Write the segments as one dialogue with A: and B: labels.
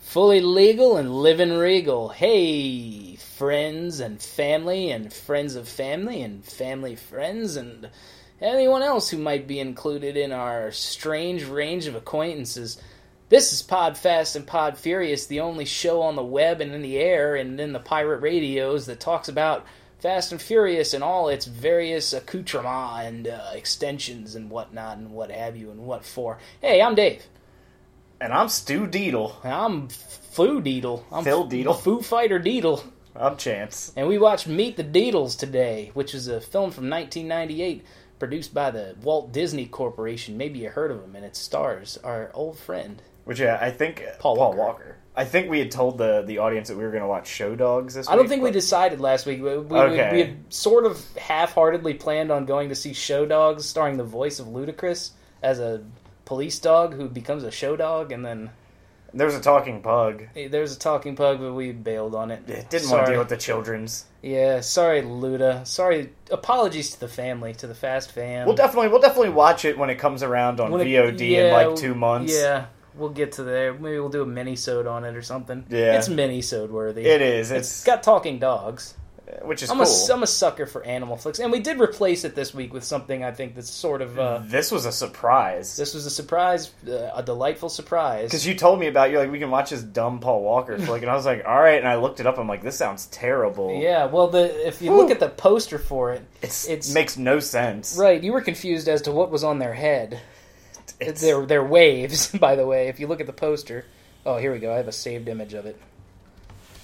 A: Fully legal and living regal. Hey, friends and family, and friends of family, and family friends, and anyone else who might be included in our strange range of acquaintances. This is Podfast and Pod Furious, the only show on the web and in the air and in the pirate radios that talks about Fast and Furious and all its various accoutrements and uh, extensions and whatnot and what have you and what for. Hey, I'm Dave.
B: And I'm Stu Deedle.
A: I'm Foo Deedle. I'm
B: Phil Deedle.
A: Foo Fighter Deedle.
B: I'm Chance.
A: And we watched Meet the Deedles today, which is a film from 1998 produced by the Walt Disney Corporation. Maybe you heard of him, and it stars our old friend.
B: Which yeah, I think uh,
A: Paul Walker.
B: I think we had told the the audience that we were going to watch Show Dogs this
A: I don't
B: week,
A: think we
B: but
A: decided last week. We, we,
B: Okay.
A: we had sort of half-heartedly planned on going to see Show Dogs, starring the voice of Ludacris as a police dog who becomes a show dog, and then
B: There was a talking pug.
A: hey, there's a talking pug, but we bailed on it.
B: It didn't
A: sorry.
B: want to deal with the children's.
A: Yeah, sorry, Luda. Sorry. Apologies to the family, to the Fast fam.
B: We'll definitely we'll definitely watch it when it comes around on
A: Um, When it-
B: VOD in
A: yeah,
B: like two months.
A: Yeah, we'll get to there. Maybe we'll do a mini-sode on it or something.
B: Yeah.
A: It's mini-sode worthy.
B: It is.
A: It's
B: It's, uh,
A: got talking dogs.
B: which is
A: I'm,
B: cool.
A: a, I'm a sucker for animal flicks, and we did replace it this week with something I think that's sort of. Uh,
B: this was a surprise
A: this was a surprise, uh, a delightful surprise.
B: because you told me about you're like we can watch this dumb Paul Walker flick, and I was like, all right. And I looked it up. I'm like, this sounds terrible.
A: Yeah, well, the if you
B: Whew.
A: look at the poster for it,
B: it's,
A: it's-
B: makes no sense.
A: right, you were confused as to what was on their head.
B: It's-
A: They're, they're waves, by the way. If you look at the poster, oh, here we go. I have a saved image of it.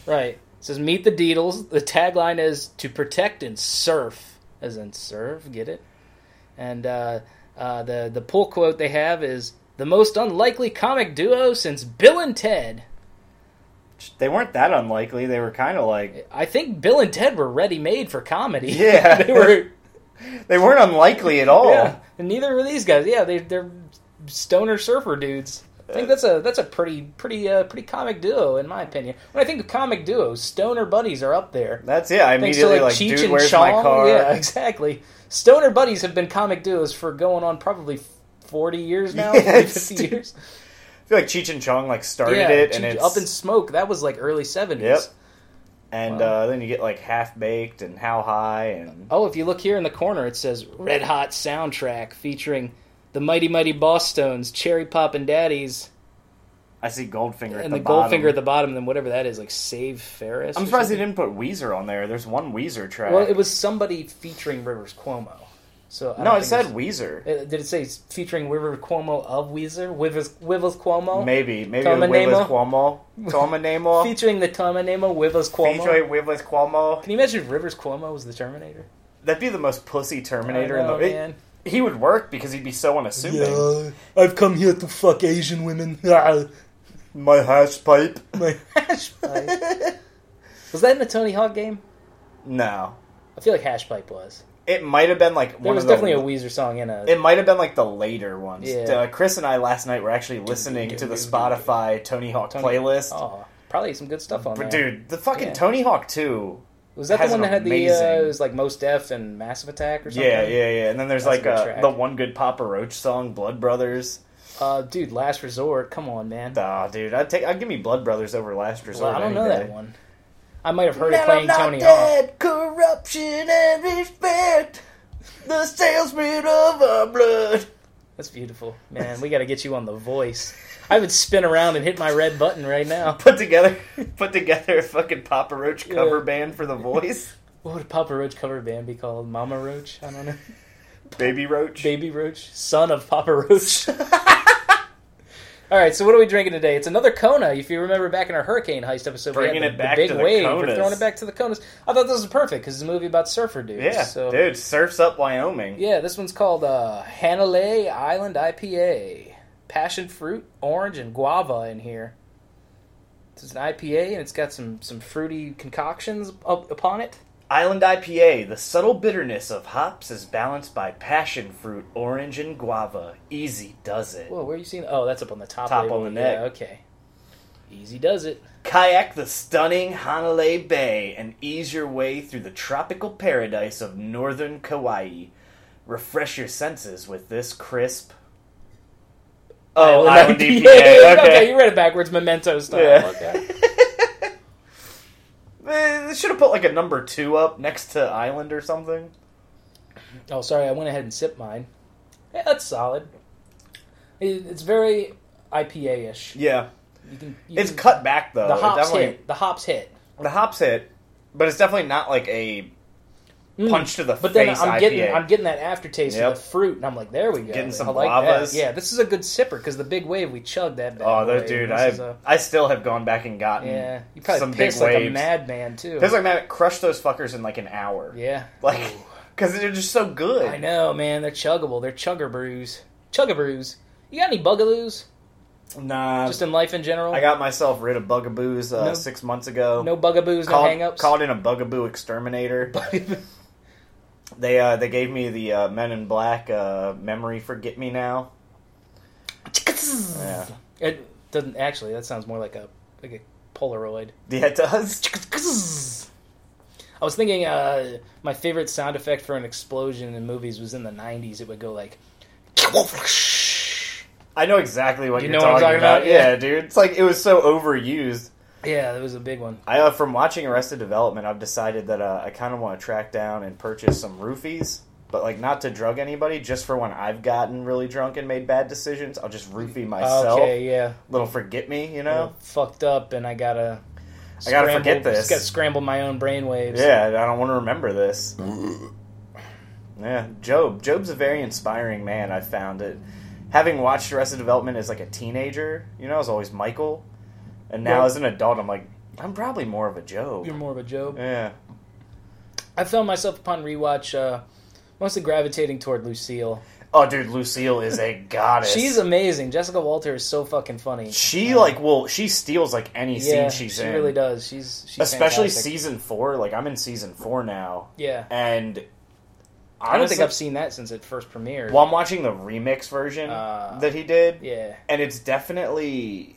A: Right. It says "Meet the Deedles." The tagline is "To protect and surf," as in surf. Get it? And uh, uh, the the pull quote they have is "The most unlikely comic duo since Bill and Ted."
B: they weren't that unlikely. They were kind of like
A: I think Bill and Ted were ready made for comedy.
B: Yeah.
A: they were.
B: they weren't unlikely at all.
A: Yeah, and neither were these guys. Yeah, they, they're stoner surfer dudes. I think that's a that's a pretty pretty uh, pretty comic duo in my opinion. When I think of comic duos, stoner buddies are up there.
B: That's it. I
A: Thanks to
B: immediately
A: like,
B: like,
A: Cheech
B: dude,
A: and
B: where's
A: Chong.
B: my car?
A: Yeah, exactly. Stoner buddies have been comic duos for going on probably forty years now,
B: Yeah,
A: 40,
B: it's-
A: 50 years.
B: I feel like Cheech and Chong like started
A: yeah,
B: it, and
A: Cheech-
B: it's
A: up in smoke. That was like early seventies.
B: Yep. and
A: Wow.
B: uh, then you get like half baked and how high and
A: Oh, if you look here in the corner, it says Red Hot Soundtrack featuring the Mighty Mighty Boss Stones, Cherry Pop and Daddies,
B: I see Goldfinger at
A: and
B: the,
A: the,
B: bottom.
A: Goldfinger at the bottom, then whatever that is, like Save Ferris.
B: I'm
A: or
B: surprised they
A: something.
B: didn't put Weezer on there. There's one Weezer track.
A: Well, it was somebody featuring Rivers Cuomo. So I don't
B: no,
A: think
B: it said
A: it's-
B: Weezer.
A: Uh, Did it say it's featuring Rivers Cuomo of Weezer? Wivers, Wivers Cuomo?
B: Maybe maybe
A: Toma
B: with Wivless
A: Nemo?
B: Cuomo. Toma Nemo.
A: Featuring the Terminator, Wivers Cuomo.
B: Featuring Wivless Cuomo.
A: Can you imagine if Rivers Cuomo was the Terminator?
B: That'd be the most pussy Terminator
A: I know,
B: in the. it-
A: man.
B: he would work because he'd be so unassuming.
C: Yeah, I've come here to fuck Asian women. Ah,
B: My hash pipe.
C: My
A: Hashpipe. was that in the Tony Hawk game?
B: No,
A: I feel like Hashpipe was.
B: it might have been like
A: There
B: one
A: was
B: of the
A: definitely a Weezer song in a.
B: It might have been like the later ones.
A: Yeah.
B: Uh, Chris and I last night were actually listening to the Spotify Tony Hawk
A: Tony-
B: playlist.
A: oh, probably some good stuff on
B: but
A: there.
B: dude, the fucking
A: Yeah.
B: Tony Hawk 2.
A: was that the
B: has
A: one
B: an
A: that had the? Uh,
B: amazing-
A: it was like Most Def and Massive Attack or something.
B: Yeah, yeah, yeah. And then there's
A: That's a
B: like
A: good
B: uh,
A: track.
B: the One Good Papa Roach song, Blood Brothers.
A: Uh, dude, Last Resort. Come on, man.
B: Nah, dude, I'd take I'd give me Blood Brothers over Last Resort.
A: Well, I don't
B: any
A: know
B: day.
A: that one. I might have heard
B: Now
A: it playing
B: I'm not
A: Tony Hawk.
B: dead, corruption and respect. The salesman of our blood.
A: That's beautiful, man. We got to get you on The Voice. I would spin around and hit my red button right now.
B: Put together, put together a fucking Papa Roach cover
A: Yeah.
B: band for the voice.
A: What would a Papa Roach cover band be called? Mama Roach? I don't know.
B: Baby Roach.
A: Baby Roach, son of Papa Roach. All right, so what are we drinking today? It's another Kona. If you remember back in our hurricane heist episode, we
B: Bringing
A: had the,
B: it back
A: the big
B: to the
A: wave. We're
B: Konas.
A: throwing it back to the Konas. I thought this was perfect because it's a movie about surfer dudes.
B: Yeah,
A: so
B: dude, surfs up Wyoming.
A: yeah, this one's called uh, Hanalei Island IPA. Passion fruit, orange, and guava in here. This is an IPA, and it's got some some fruity concoctions up upon it.
B: Island IPA. The subtle bitterness of hops is balanced by passion fruit, orange, and guava. Easy does it.
A: Whoa, where are you seeing? Oh, that's up on the top.
B: Top
A: label.
B: on the
A: Yeah,
B: neck.
A: okay, easy does it.
B: Kayak the stunning Hanalei Bay and ease your way through the tropical paradise of northern Kauai. Refresh your senses with this crisp. Oh,
A: Island
B: Island
A: IPA.
B: IPA, okay.
A: you read it backwards, memento style.
B: Yeah.
A: Oh, Okay.
B: Eh, They should have put like a number two up next to Island or something.
A: Oh, sorry, I went ahead and sipped mine. Yeah, that's solid. It- It's very IPA ish.
B: Yeah,
A: You can, you
B: it's
A: can-
B: cut back though.
A: The
B: It
A: hops
B: definitely-
A: hit. The hops hit.
B: The hops hit, but it's definitely not like a
A: Mm.
B: punch to the
A: But
B: face
A: then I'm
B: IPA.
A: getting I'm getting that aftertaste
B: Yep.
A: of the fruit, and I'm like, there we go.
B: Getting some
A: I like
B: guavas.
A: That. Yeah, this is a good sipper because the big wave we chugged that. Bad
B: oh,
A: boy.
B: those, dude,
A: This
B: I
A: is a-
B: I still have gone back and gotten
A: yeah. You probably
B: some big
A: pissed like a
B: waves.
A: madman too.
B: Pissed like mad. Crush those fuckers in like an hour.
A: yeah,
B: Like, because they're just so good.
A: I know, man. They're chuggable. They're chugger brews. Chugger brews. You got any bugaloos?
B: Nah,
A: Just in life in general.
B: I got myself rid of bugaboos uh,
A: No-
B: six months ago.
A: no bugaboos, no
B: called,
A: hangups.
B: called in a bugaboo exterminator. They uh, they gave me the uh, Men in Black uh, memory forget me now. Yeah,
A: It doesn't actually. That sounds more like a like a Polaroid.
B: yeah, it does.
A: I was thinking uh, my favorite sound effect for an explosion in movies was in the '90s. It would go like,
B: I know exactly what
A: You
B: are
A: know what
B: talking
A: I'm talking
B: about.
A: about?
B: Yeah.
A: Yeah.
B: dude, it's like it was so overused.
A: yeah, that was a big one.
B: I uh, from watching Arrested Development, I've decided that uh, I kind of want to track down and purchase some roofies, but like not to drug anybody, just for when I've gotten really drunk and made bad decisions. I'll just roofie myself.
A: Okay, yeah,
B: Little forget me, you
A: I'm
B: know.
A: fucked up, and I gotta.
B: I gotta
A: scramble-
B: forget this.
A: Just gotta scramble my own brainwaves.
B: Yeah, I don't want to remember this. Yeah, Job. Job's a very inspiring man. I found it. Having watched Arrested Development as like a teenager, you know, I was always Michael, and now
A: Yeah.
B: as an adult, I'm like, I'm probably more of a Job.
A: you're more of a job.
B: Yeah,
A: I found myself upon rewatch uh, mostly gravitating toward Lucille.
B: Oh, dude, Lucille is a goddess.
A: She's amazing. Jessica Walter is so fucking funny.
B: she
A: Yeah.
B: like will she steals like any
A: yeah,
B: scene she's
A: she
B: in.
A: really does. She's, she's
B: Especially
A: fantastic.
B: season four. Like I'm in season four now,
A: Yeah,
B: and
A: I don't think
B: honestly-
A: I've seen that since it first premiered.
B: Well, I'm watching the remix version
A: Uh,
B: that he did,
A: yeah,
B: and it's definitely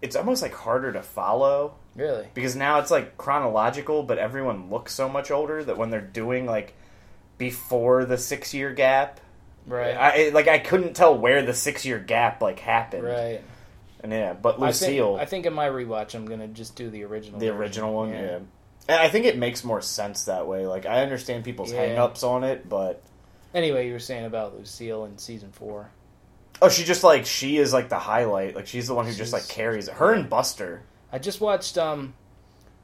B: it's almost like harder to follow
A: really.
B: because now it's like chronological, but everyone looks so much older that when they're doing like before the six year gap,
A: Right.
B: I it- like I couldn't tell where the six year gap like happened.
A: right.
B: And yeah, but
A: I think-
B: Lucille.
A: I think, in my rewatch, I'm gonna just do the original.
B: the
A: version.
B: original one. Yeah. And I think it makes more sense that way. Like I understand people's
A: Yeah.
B: hang-ups on it, but
A: Anyway, you were saying about Lucille in season four.
B: oh, she just like she is like the highlight. Like she's the one who just like
A: She's-
B: carries it. Her and Buster.
A: I just watched um,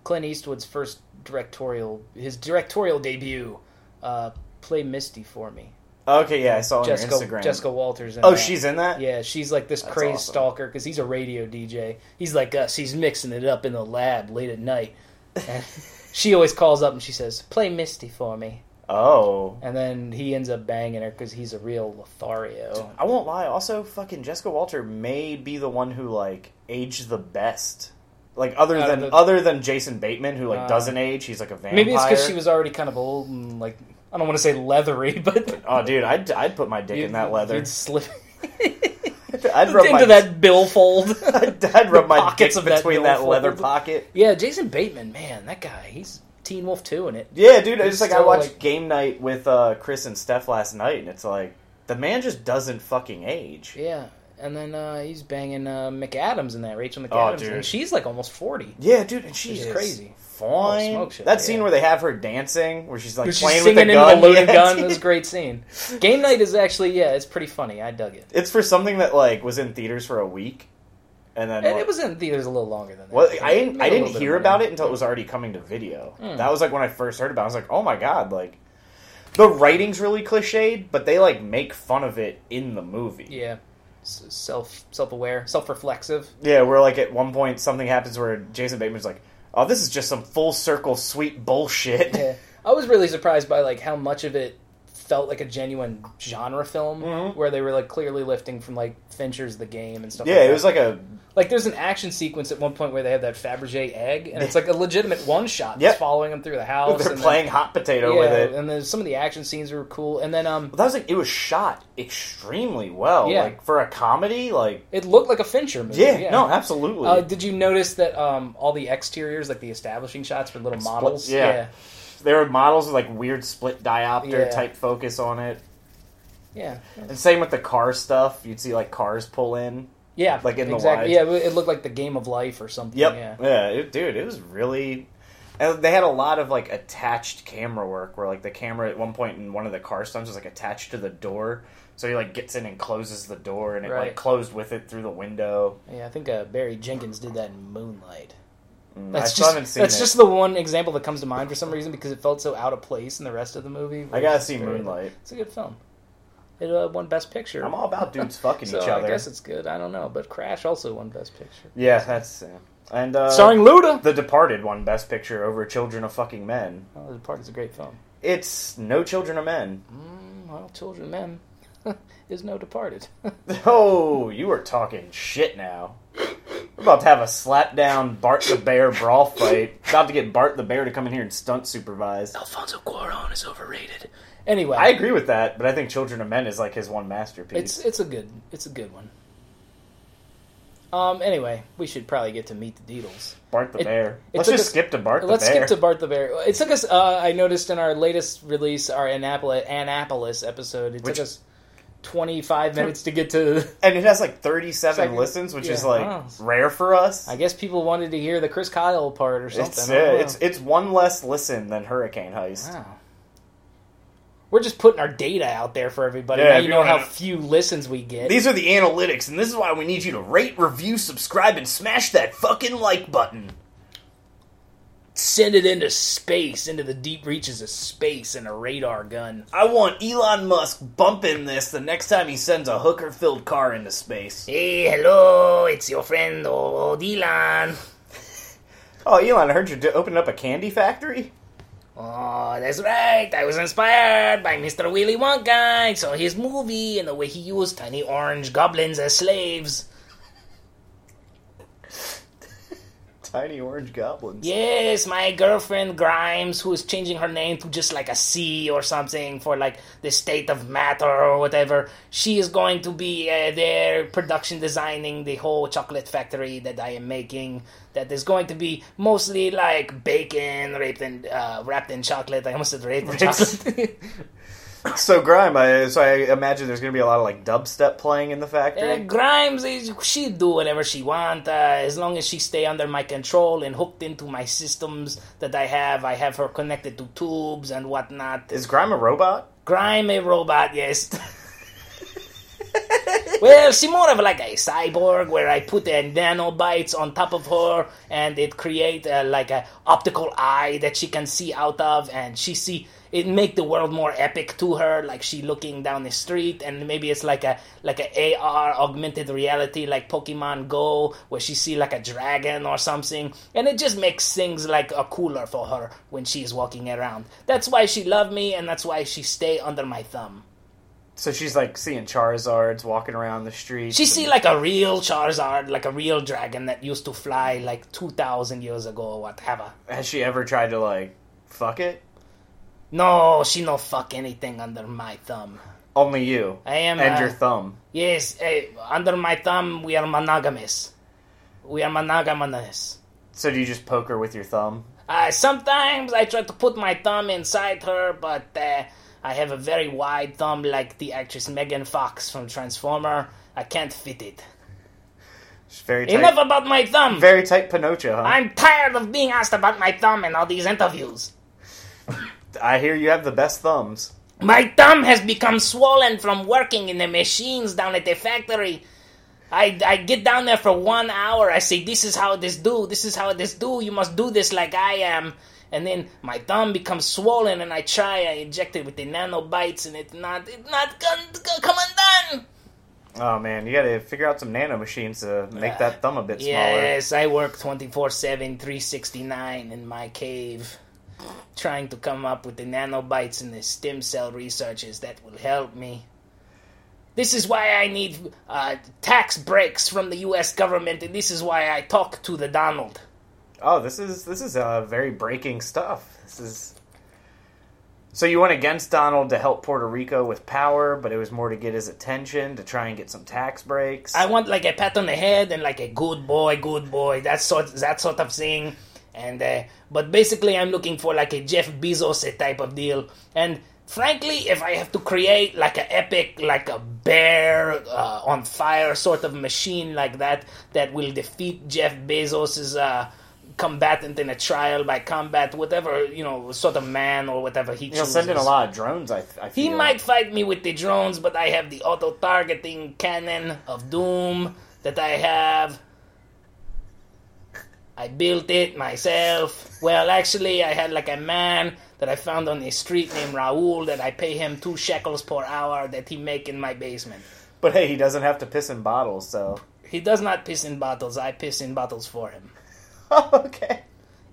A: Clint Eastwood's first directorial, his directorial debut. Uh, play Misty for me.
B: Okay, yeah, I saw on your
A: Jessica
B: Instagram.
A: Jessica Walters. In
B: oh,
A: that.
B: she's in that.
A: Yeah, she's like this
B: That's
A: crazed
B: awesome.
A: stalker because he's a radio DJ. He's like us. He's mixing it up in the lab late at night. And she always calls up and she says, "Play Misty for me,"
B: Oh,
A: and then he ends up banging her because he's a real Lothario.
B: I won't lie. Also, fucking Jessica Walter may be the one who like aged the best. Like other
A: Out of
B: than
A: Uh, the-
B: other than Jason Bateman, who like
A: Uh,
B: doesn't age, he's like a vampire.
A: Maybe it's because she was already kind of old and like I don't want to say leathery, but
B: Oh, dude, I'd, I'd put my dick
A: you-
B: in that leather.
A: you'd slip
B: I'd rub
A: into
B: my
A: that billfold.
B: I'd, I'd rub my dick
A: pockets of that
B: between that
A: billfold.
B: leather pocket.
A: yeah, Jason Bateman, man, that guy, he's Teen Wolf two in it.
B: Yeah, dude. It's
A: He's
B: like I
A: still,
B: watched
A: like-
B: game night with uh, Chris and Steph last night, and it's like the man just doesn't fucking age.
A: Yeah, and then uh, he's banging uh, McAdams in that Rachel
B: Oh,
A: McAdams,
B: dude.
A: and she's like almost forty.
B: Yeah, dude, and she's
A: Which is crazy. Oh,
B: Fine.
A: smoke shit,
B: that
A: yeah.
B: scene where they have her dancing, where she's like
A: She's
B: playing
A: singing
B: with a gun.
A: into the loaded
B: Yeah,
A: gun. It
B: dude.
A: was a great scene. Game night is actually yeah, it's pretty funny. I dug it,
B: It's for something that like was in theaters for a week, and then
A: and
B: like-
A: it was in theaters a little longer than that.
B: Well, I didn't. I
A: Made a
B: didn't
A: little bit
B: hear
A: of
B: about
A: money.
B: it until it was already coming to video.
A: Hmm.
B: That was like when I first heard about. it. I was like, oh my god, like the writing's really cliched, but they like make fun of it in the movie.
A: Yeah, S- self self aware, self reflexive.
B: Yeah, where like at one point something happens where Jason Bateman's like, "Oh, this is just some full circle sweet bullshit."
A: Yeah. I was really surprised by like how much of it felt like a genuine genre film
B: Mhm.
A: where they were like clearly lifting from like Fincher's The Game and stuff.
B: Yeah,
A: like
B: it
A: that.
B: was like a
A: like there's an action sequence at one point where they have that Fabergé egg and it's like a legitimate one shot
B: Yep.
A: that's following them through the house.
B: they're
A: and
B: playing hot potato
A: then,
B: with
A: yeah,
B: it.
A: and then some of the action scenes were cool. And then um,
B: But that was like it was shot extremely well.
A: Yeah.
B: Like for a comedy, like
A: it looked like a Fincher movie.
B: yeah, no, absolutely.
A: Uh, did you notice that um, all the exteriors, like the establishing shots, were little models?
B: yeah. there were models with like weird split diopter
A: Yeah.
B: type focus on it.
A: Yeah.
B: And same with the car stuff. You'd see like cars pull in.
A: Yeah.
B: Like in the
A: exactly.
B: wides.
A: Yeah, it looked like the game of life or something.
B: Yep.
A: Yeah.
B: Yeah, it, dude, it was really. And they had a lot of like attached camera work, where like the camera at one point in one of the car stunts was like attached to the door, so he like gets in and closes the door, and it
A: Right.
B: like closed with it through the window.
A: Yeah, I think uh, Barry Jenkins did that in Moonlight.
B: Mm,
A: That's
B: I still
A: just
B: haven't seen
A: that's
B: it.
A: just the one example that comes to mind for some reason because it felt so out of place in the rest of the movie.
B: I gotta
A: versus
B: see
A: Barry.
B: Moonlight.
A: It's a good film. It uh, won Best Picture.
B: I'm all about dudes fucking
A: so
B: each
A: I
B: other.
A: guess it's good. I don't know, but Crash also won Best Picture.
B: Yeah, that's uh, and uh,
A: Starring Luda.
B: The Departed won Best Picture over Children of Fucking Men.
A: Oh, the part is a great film.
B: It's no Children of Men.
A: Mm, well, Children Men is no Departed.
B: Oh, you are talking shit now. We're about to have a slap down Bart the Bear brawl fight. About to get Bart the Bear to come in here and stunt supervise.
A: Alfonso Cuarón is overrated. Anyway,
B: I agree with that, but I think Children of Men is like his one masterpiece.
A: It's it's a good it's a good one. Um. Anyway, we should probably get to meet the Deedles.
B: Bart the
A: it-
B: Bear.
A: it
B: Let's
A: took
B: just
A: us-
B: skip to Bart the
A: Let's
B: Bear.
A: skip to Bart the Bear. It took us. Uh, I noticed in our latest release, our Annapolis, Annapolis episode, it
B: Which-
A: took us twenty five minutes to get to.
B: and it has like 37
A: Second-
B: listens, which
A: yeah.
B: is like
A: Wow.
B: rare for us.
A: I guess people wanted to hear the Chris Kyle part or something.
B: it's,
A: I don't
B: uh,
A: know.
B: it's it's one less listen than Hurricane Heist.
A: wow. We're just putting our data out there for everybody.
B: Yeah,
A: now
B: if
A: you
B: you
A: know
B: wanna
A: how
B: know- uh,
A: few listens we get.
B: These are the analytics, and this is why we need you to rate, review, subscribe, and smash that fucking like button.
A: Send it into space, into the deep reaches of space, and a radar gun.
B: I want Elon Musk bumping this the next time he sends a hooker filled car into space.
A: Hey, hello, it's your friend oh, Dylan.
B: Oh, Elon, I heard you d- opened up a candy factory?
A: Oh, that's right. I was inspired by Mr. Willy Wonka. I saw his movie and the way he used tiny orange goblins as slaves.
B: Tiny orange goblins.
A: Yes, my girlfriend Grimes, who is changing her name to just like a C or something for like the state of matter or whatever, she is going to be uh, there production designing the whole chocolate factory that I am making. That is going to be mostly like bacon wrapped in uh, wrapped in chocolate. I almost said wrapped in chocolate.
B: So, Grime, I, so I imagine there's going to be a lot of like dubstep playing in the factory.
A: Uh, Grimes, is, she do whatever she want uh, as long as she stay under my control and hooked into my systems that I have. I have her connected to tubes and whatnot.
B: Is Grime a robot?
A: Grime a robot, yes. well, she more of like a cyborg where I put uh, nanobites on top of her and it create uh, like a optical eye that she can see out of and she see it make the world more epic to her like she looking down the street and maybe it's like a like a AR augmented reality like Pokemon Go where she see like a dragon or something and it just makes things like a cooler for her when she is walking around. That's why she love me and that's why she stay under my thumb.
B: So she's like seeing Charizards walking around the street.
A: She see like a real Charizard, like a real dragon that used to fly like two thousand years ago or whatever.
B: Has she ever tried to like fuck it?
A: No, she no fuck anything under my thumb.
B: Only you.
A: I am
B: And
A: uh,
B: your thumb.
A: yes, eh, under my thumb we are monogamous. We are monogamous.
B: So do you just poke her with your thumb?
A: Uh, sometimes I try to put my thumb inside her, but uh, I have a very wide thumb, like the actress Megan Fox from Transformer. I can't fit it.
B: She's very tight.
A: Enough about my thumb.
B: very tight Pinocchio, huh?
A: I'm tired of being asked about my thumb in all these interviews.
B: I hear you have the best thumbs.
A: My thumb has become swollen from working in the machines down at the factory. I, I get down there for one hour. I say, This is how this do. This is how this do. You must do this like I am. And then my thumb becomes swollen, and I try. I inject it with the nanobites, and it's not it's not con- con- come undone.
B: Oh man, you gotta figure out some nano machines to make
A: Yeah.
B: that thumb a bit smaller.
A: Yes, I work 24 7, 369 in my cave, trying to come up with the nanobites and the stem cell researches that will help me. This is why I need uh, tax breaks from the US government, and this is why I talk to the Donald.
B: Oh, this is this is uh, very breaking stuff. This is. So you went against Donald to help Puerto Rico with power, but it was more to get his attention to try and get some tax breaks.
A: I want like a pat on the head and like a good boy, good boy, that sort that sort of thing. And uh, but basically, I'm looking for like a Jeff Bezos type of deal. And Frankly, if I have to create like an epic, like a bear uh, on fire sort of machine like that, that will defeat Jeff Bezos' uh, combatant in a trial by combat, whatever, you know, sort of man or whatever he
B: He'll
A: chooses.
B: send in a lot of drones. I, I
A: He
B: feel.
A: might fight me with the drones, but I have the auto targeting cannon of doom that I have. I built it myself. Well, actually, I had like a man that I found on the street named Raul that I pay him two shekels per hour that he make in my basement.
B: But hey, he doesn't have to piss in bottles, so
A: He does not piss in bottles. I piss in bottles for him.
B: okay.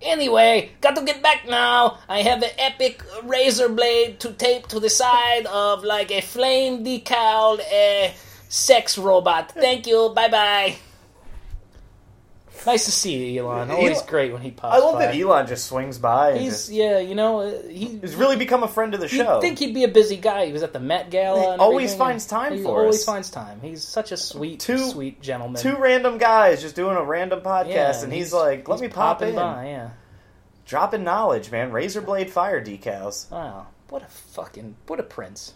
A: Anyway, got to get back now. I have an epic razor blade to tape to the side of like a flame decaled uh, sex robot. Thank you. Bye bye. Nice to see you, Elon. Always
B: Elon-
A: great when he pops.
B: I love
A: by.
B: that Elon just swings by and
A: He's
B: just,
A: yeah, you know uh, he.
B: he's really become a friend of the
A: You'd
B: show.
A: think he'd be a busy guy. He was at the Met Gala.
B: He
A: and
B: always
A: everything,
B: finds
A: and
B: time
A: he
B: for
A: always
B: us.
A: finds time. He's such a sweet,
B: Two-
A: sweet gentleman.
B: Two random guys just doing a random podcast,
A: Yeah,
B: and he's, like, "Let
A: he's
B: me pop
A: popping
B: in,
A: by, yeah.
B: dropping knowledge, man. Razor blade fire decals.
A: Wow, what a fucking what a prince.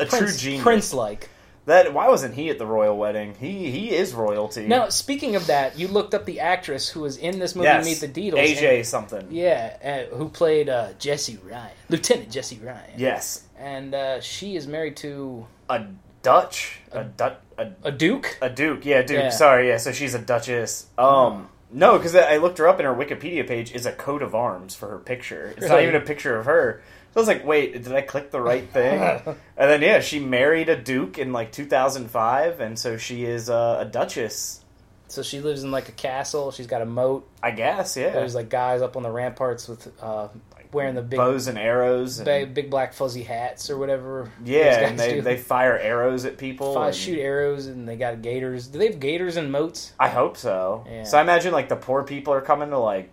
B: A true
A: Prince,
B: genius.
A: Prince like.
B: That why wasn't he at the royal wedding? He he is royalty.
A: Now, speaking of that, you looked up the actress who was in this movie
B: yes.
A: Meet the Deedles.
B: AJ
A: and-
B: something.
A: yeah, uh, who played uh, Jesse Ryan, Lieutenant Jesse Ryan.
B: Yes,
A: and uh, she is married to
B: a Dutch, a Dutch, a,
A: a duke.
B: a Duke. Yeah, Duke.
A: Yeah.
B: Sorry, yeah. So she's a Duchess. Um, no, because I I looked her up and her Wikipedia page is a coat of arms for her picture. It's not
A: Really?
B: even a picture of her. So I was like, wait, did I click the right thing? and then yeah, she married a Duke in like 2005, and so she is uh, a Duchess.
A: So she lives in like a castle. She's got a moat.
B: I guess, yeah.
A: There's like guys up on the ramparts with uh, wearing the big.
B: bows and arrows. And,
A: ba- Big black fuzzy hats or whatever. those
B: yeah,
A: guys
B: and they,
A: do.
B: they fire arrows at people.
A: Fi-
B: and-
A: shoot arrows and they got gators. Do they have gators and moats?
B: I hope so.
A: Yeah.
B: So I imagine like the poor people are coming to like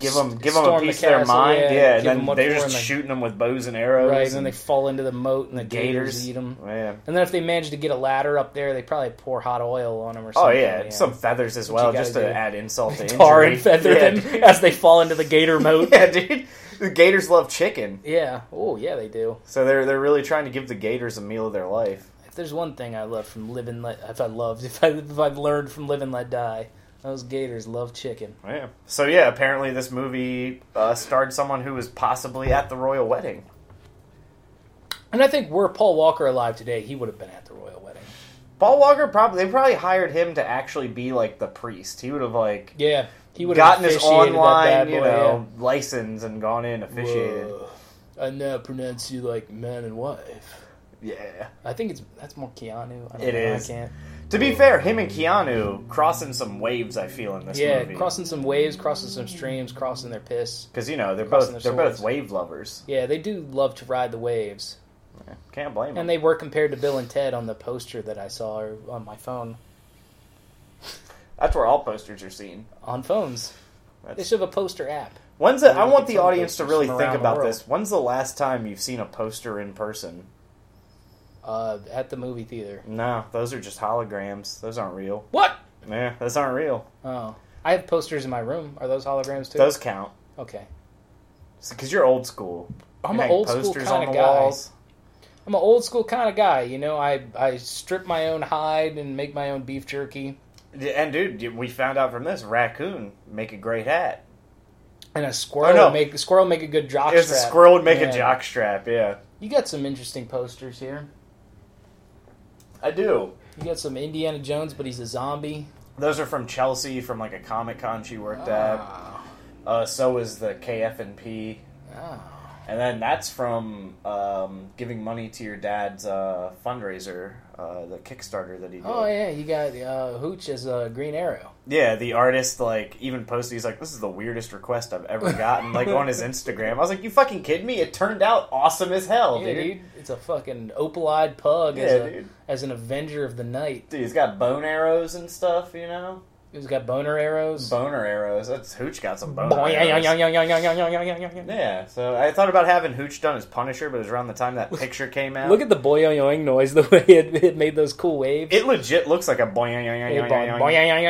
B: give them give them a
A: Storm the
B: piece of their
A: castle,
B: mind,
A: yeah,
B: yeah,
A: give
B: and
A: 'em
B: then
A: what
B: they're
A: for,
B: just
A: and they-
B: shooting them with bows and arrows,
A: Right, and then they fall into the moat and the gators,
B: gators
A: eat them.
B: Yeah.
A: And then if they manage to get a ladder up there, they probably pour hot oil on them or
B: Oh
A: something.
B: yeah, some feathers as
A: What you
B: well,
A: gotta
B: just to
A: do.
B: add insult to
A: tar
B: injury.
A: and feather
B: yeah,
A: them
B: dude.
A: as they fall into the gator moat.
B: yeah, dude. The gators love chicken,
A: yeah. Oh yeah, they do.
B: so they're they're really trying to give the gators a meal of their life.
A: If there's one thing I love from Live and Let, if I loved, if I if I've learned from Live and Let Die, those gators love chicken.
B: Yeah. So yeah, apparently this movie uh, starred someone who was possibly at the royal wedding.
A: And I think were Paul Walker alive today, he would have been at the royal wedding.
B: Paul Walker probably they probably hired him to actually be like the priest. He would have like
A: Yeah, he would have
B: gotten his
A: officiated that bad
B: online, you
A: boy,
B: know, license and gone in
A: yeah.
B: officiated.
A: Whoa. I now pronounce you like man and wife.
B: Yeah.
A: I think it's that's more Keanu. I don't
B: It
A: know,
B: is.
A: I can't.
B: To be fair, him and Keanu crossing some waves. I feel in this
A: yeah,
B: movie
A: crossing some waves, crossing some streams, crossing their piss.
B: because you know they're
A: crossing
B: both
A: their
B: they're both
A: swords.
B: wave lovers.
A: Yeah, they do love to ride the waves,
B: Can't blame them.
A: and they were compared to Bill and Ted on the poster that I saw or on my phone
B: That's where all posters are seen.
A: on phones. They
B: That's,
A: should have a poster app.
B: when's the, I
A: Really
B: want
A: good
B: the
A: film
B: audience to
A: posters
B: really
A: from
B: think
A: around the
B: about
A: world.
B: this. When's the last time you've seen a poster in person?
A: uh, at the movie theater.
B: No, those are just holograms. Those aren't real.
A: What?
B: Yeah, those aren't real.
A: Oh, I have posters in my room. Are those holograms too?
B: Those count
A: Okay.
B: because you're old school.
A: I'm an
B: You hang
A: old school
B: posters
A: kind
B: on
A: of
B: the
A: guy.
B: walls.
A: I'm an old school kind of guy. You know, I I strip my own hide and make my own beef jerky,
B: Yeah, And dude, we found out from this raccoon make a great hat.
A: and a squirrel
B: no.
A: would make squirrel would make Oh, a good jock.
B: If the
A: strap.
B: squirrel would make
A: Yeah.
B: a jock strap, yeah.
A: You got some interesting posters here.
B: I do.
A: You got some Indiana Jones, but he's a zombie.
B: Those are from Chelsea from like a Comic Con she worked at.
A: Ah.
B: Uh, so is the KF and P.
A: Ah.
B: And then that's from um, giving money to your dad's uh, fundraiser, uh, the Kickstarter that he did.
A: Oh yeah, you got uh, Hooch as a Green Arrow.
B: Yeah, the artist like even posted. He's like, "This is the weirdest request I've ever gotten." like on his Instagram, I was like, "You fucking kidding me?" It turned out awesome as hell,
A: yeah,
B: Oh, dude.
A: dude. it's a fucking opal-eyed pug as,
B: Yeah,
A: a,
B: dude.
A: as an Avenger of the Night.
B: Dude, he's got bone arrows and stuff. You know.
A: He's got boner arrows.
B: Boner arrows. That's Hooch got some boner arrows.
A: Look
B: Yeah, so I thought about having Hooch done as Punisher, but it was around the time that picture came out.
A: at the boing noise, the way it, it made those cool waves.
B: it legit looks like a boing.
A: Hey, boing, boing, boing,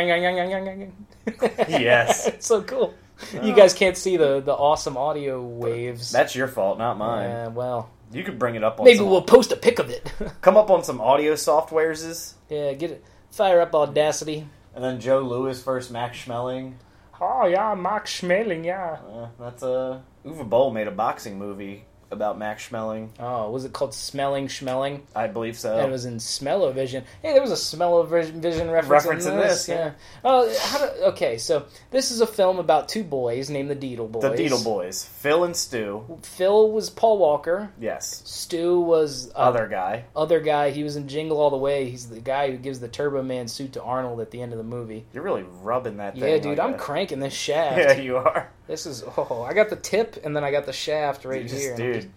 A: boing, boing, boing, boing.
B: Yes. Oh.
A: it's so cool. you guys can't see the, the awesome audio waves.
B: That's your fault, not mine.
A: Yeah, well,
B: You could bring it up on
A: maybe
B: some,
A: we'll post a pic of it.
B: come up on some audio softwares,
A: yeah, get it. Fire up Audacity.
B: and then Joe Lewis first Max Schmeling.
A: Oh yeah, Max Schmeling, yeah.
B: Uh, that's uh, Uwe Boll made a boxing movie about Max Schmeling,
A: Oh, was it called Smelling Schmelling?
B: I believe so.
A: That was in Smellovision. Hey, there was a Smellovision reference,
B: Reference
A: in
B: in
A: this.
B: this, yeah.
A: Oh, how do, okay. So this is a film about two boys named the Deedle Boys.
B: the Deedle Boys, Phil and Stu.
A: Phil was Paul Walker.
B: Yes,
A: Stu was uh,
B: other guy.
A: other guy. He was in Jingle All the Way. He's the guy who gives the Turbo Man suit to Arnold at the end of the movie.
B: You're really rubbing that.
A: yeah,
B: thing
A: dude,
B: like
A: I'm
B: a-
A: cranking this shaft.
B: Yeah, you are.
A: This is oh, I got the tip and then I got the shaft right
B: You just-
A: here.
B: dude,
A: dude,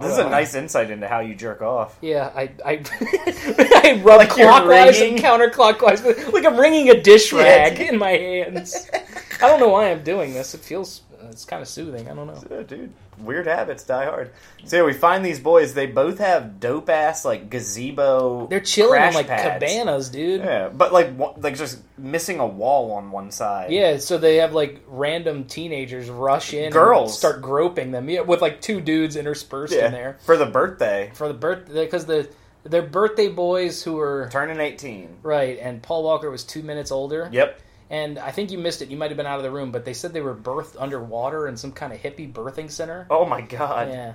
B: this is a nice insight into how you jerk off.
A: Yeah, I I, I rub
B: Like you're
A: clockwise and
B: ringing.
A: counterclockwise. Like I'm wringing a dish
B: Yeah.
A: rag in my hands. I don't know why I'm doing this. It feels it's kind of soothing. I don't know.
B: Yeah, dude, weird habits die hard. So yeah, we find these boys. They both have dope ass like gazebo.
A: They're chilling
B: crash
A: on like
B: pads.
A: cabanas, dude. Yeah.
B: Yeah, but like one- like just missing a wall on one side.
A: so they have like random teenagers rush in, and
B: Girls.
A: start groping them. Yeah, with like two dudes interspersed
B: Yeah,
A: in there
B: for the birthday,
A: for the birth because the their birthday boys who were
B: turning eighteen.
A: right and Paul Walker was two minutes older.
B: Yep.
A: And I think you missed it. You might have been out of the room, but they said they were birthed underwater in some kind of hippie birthing center.
B: Oh my god.
A: yeah,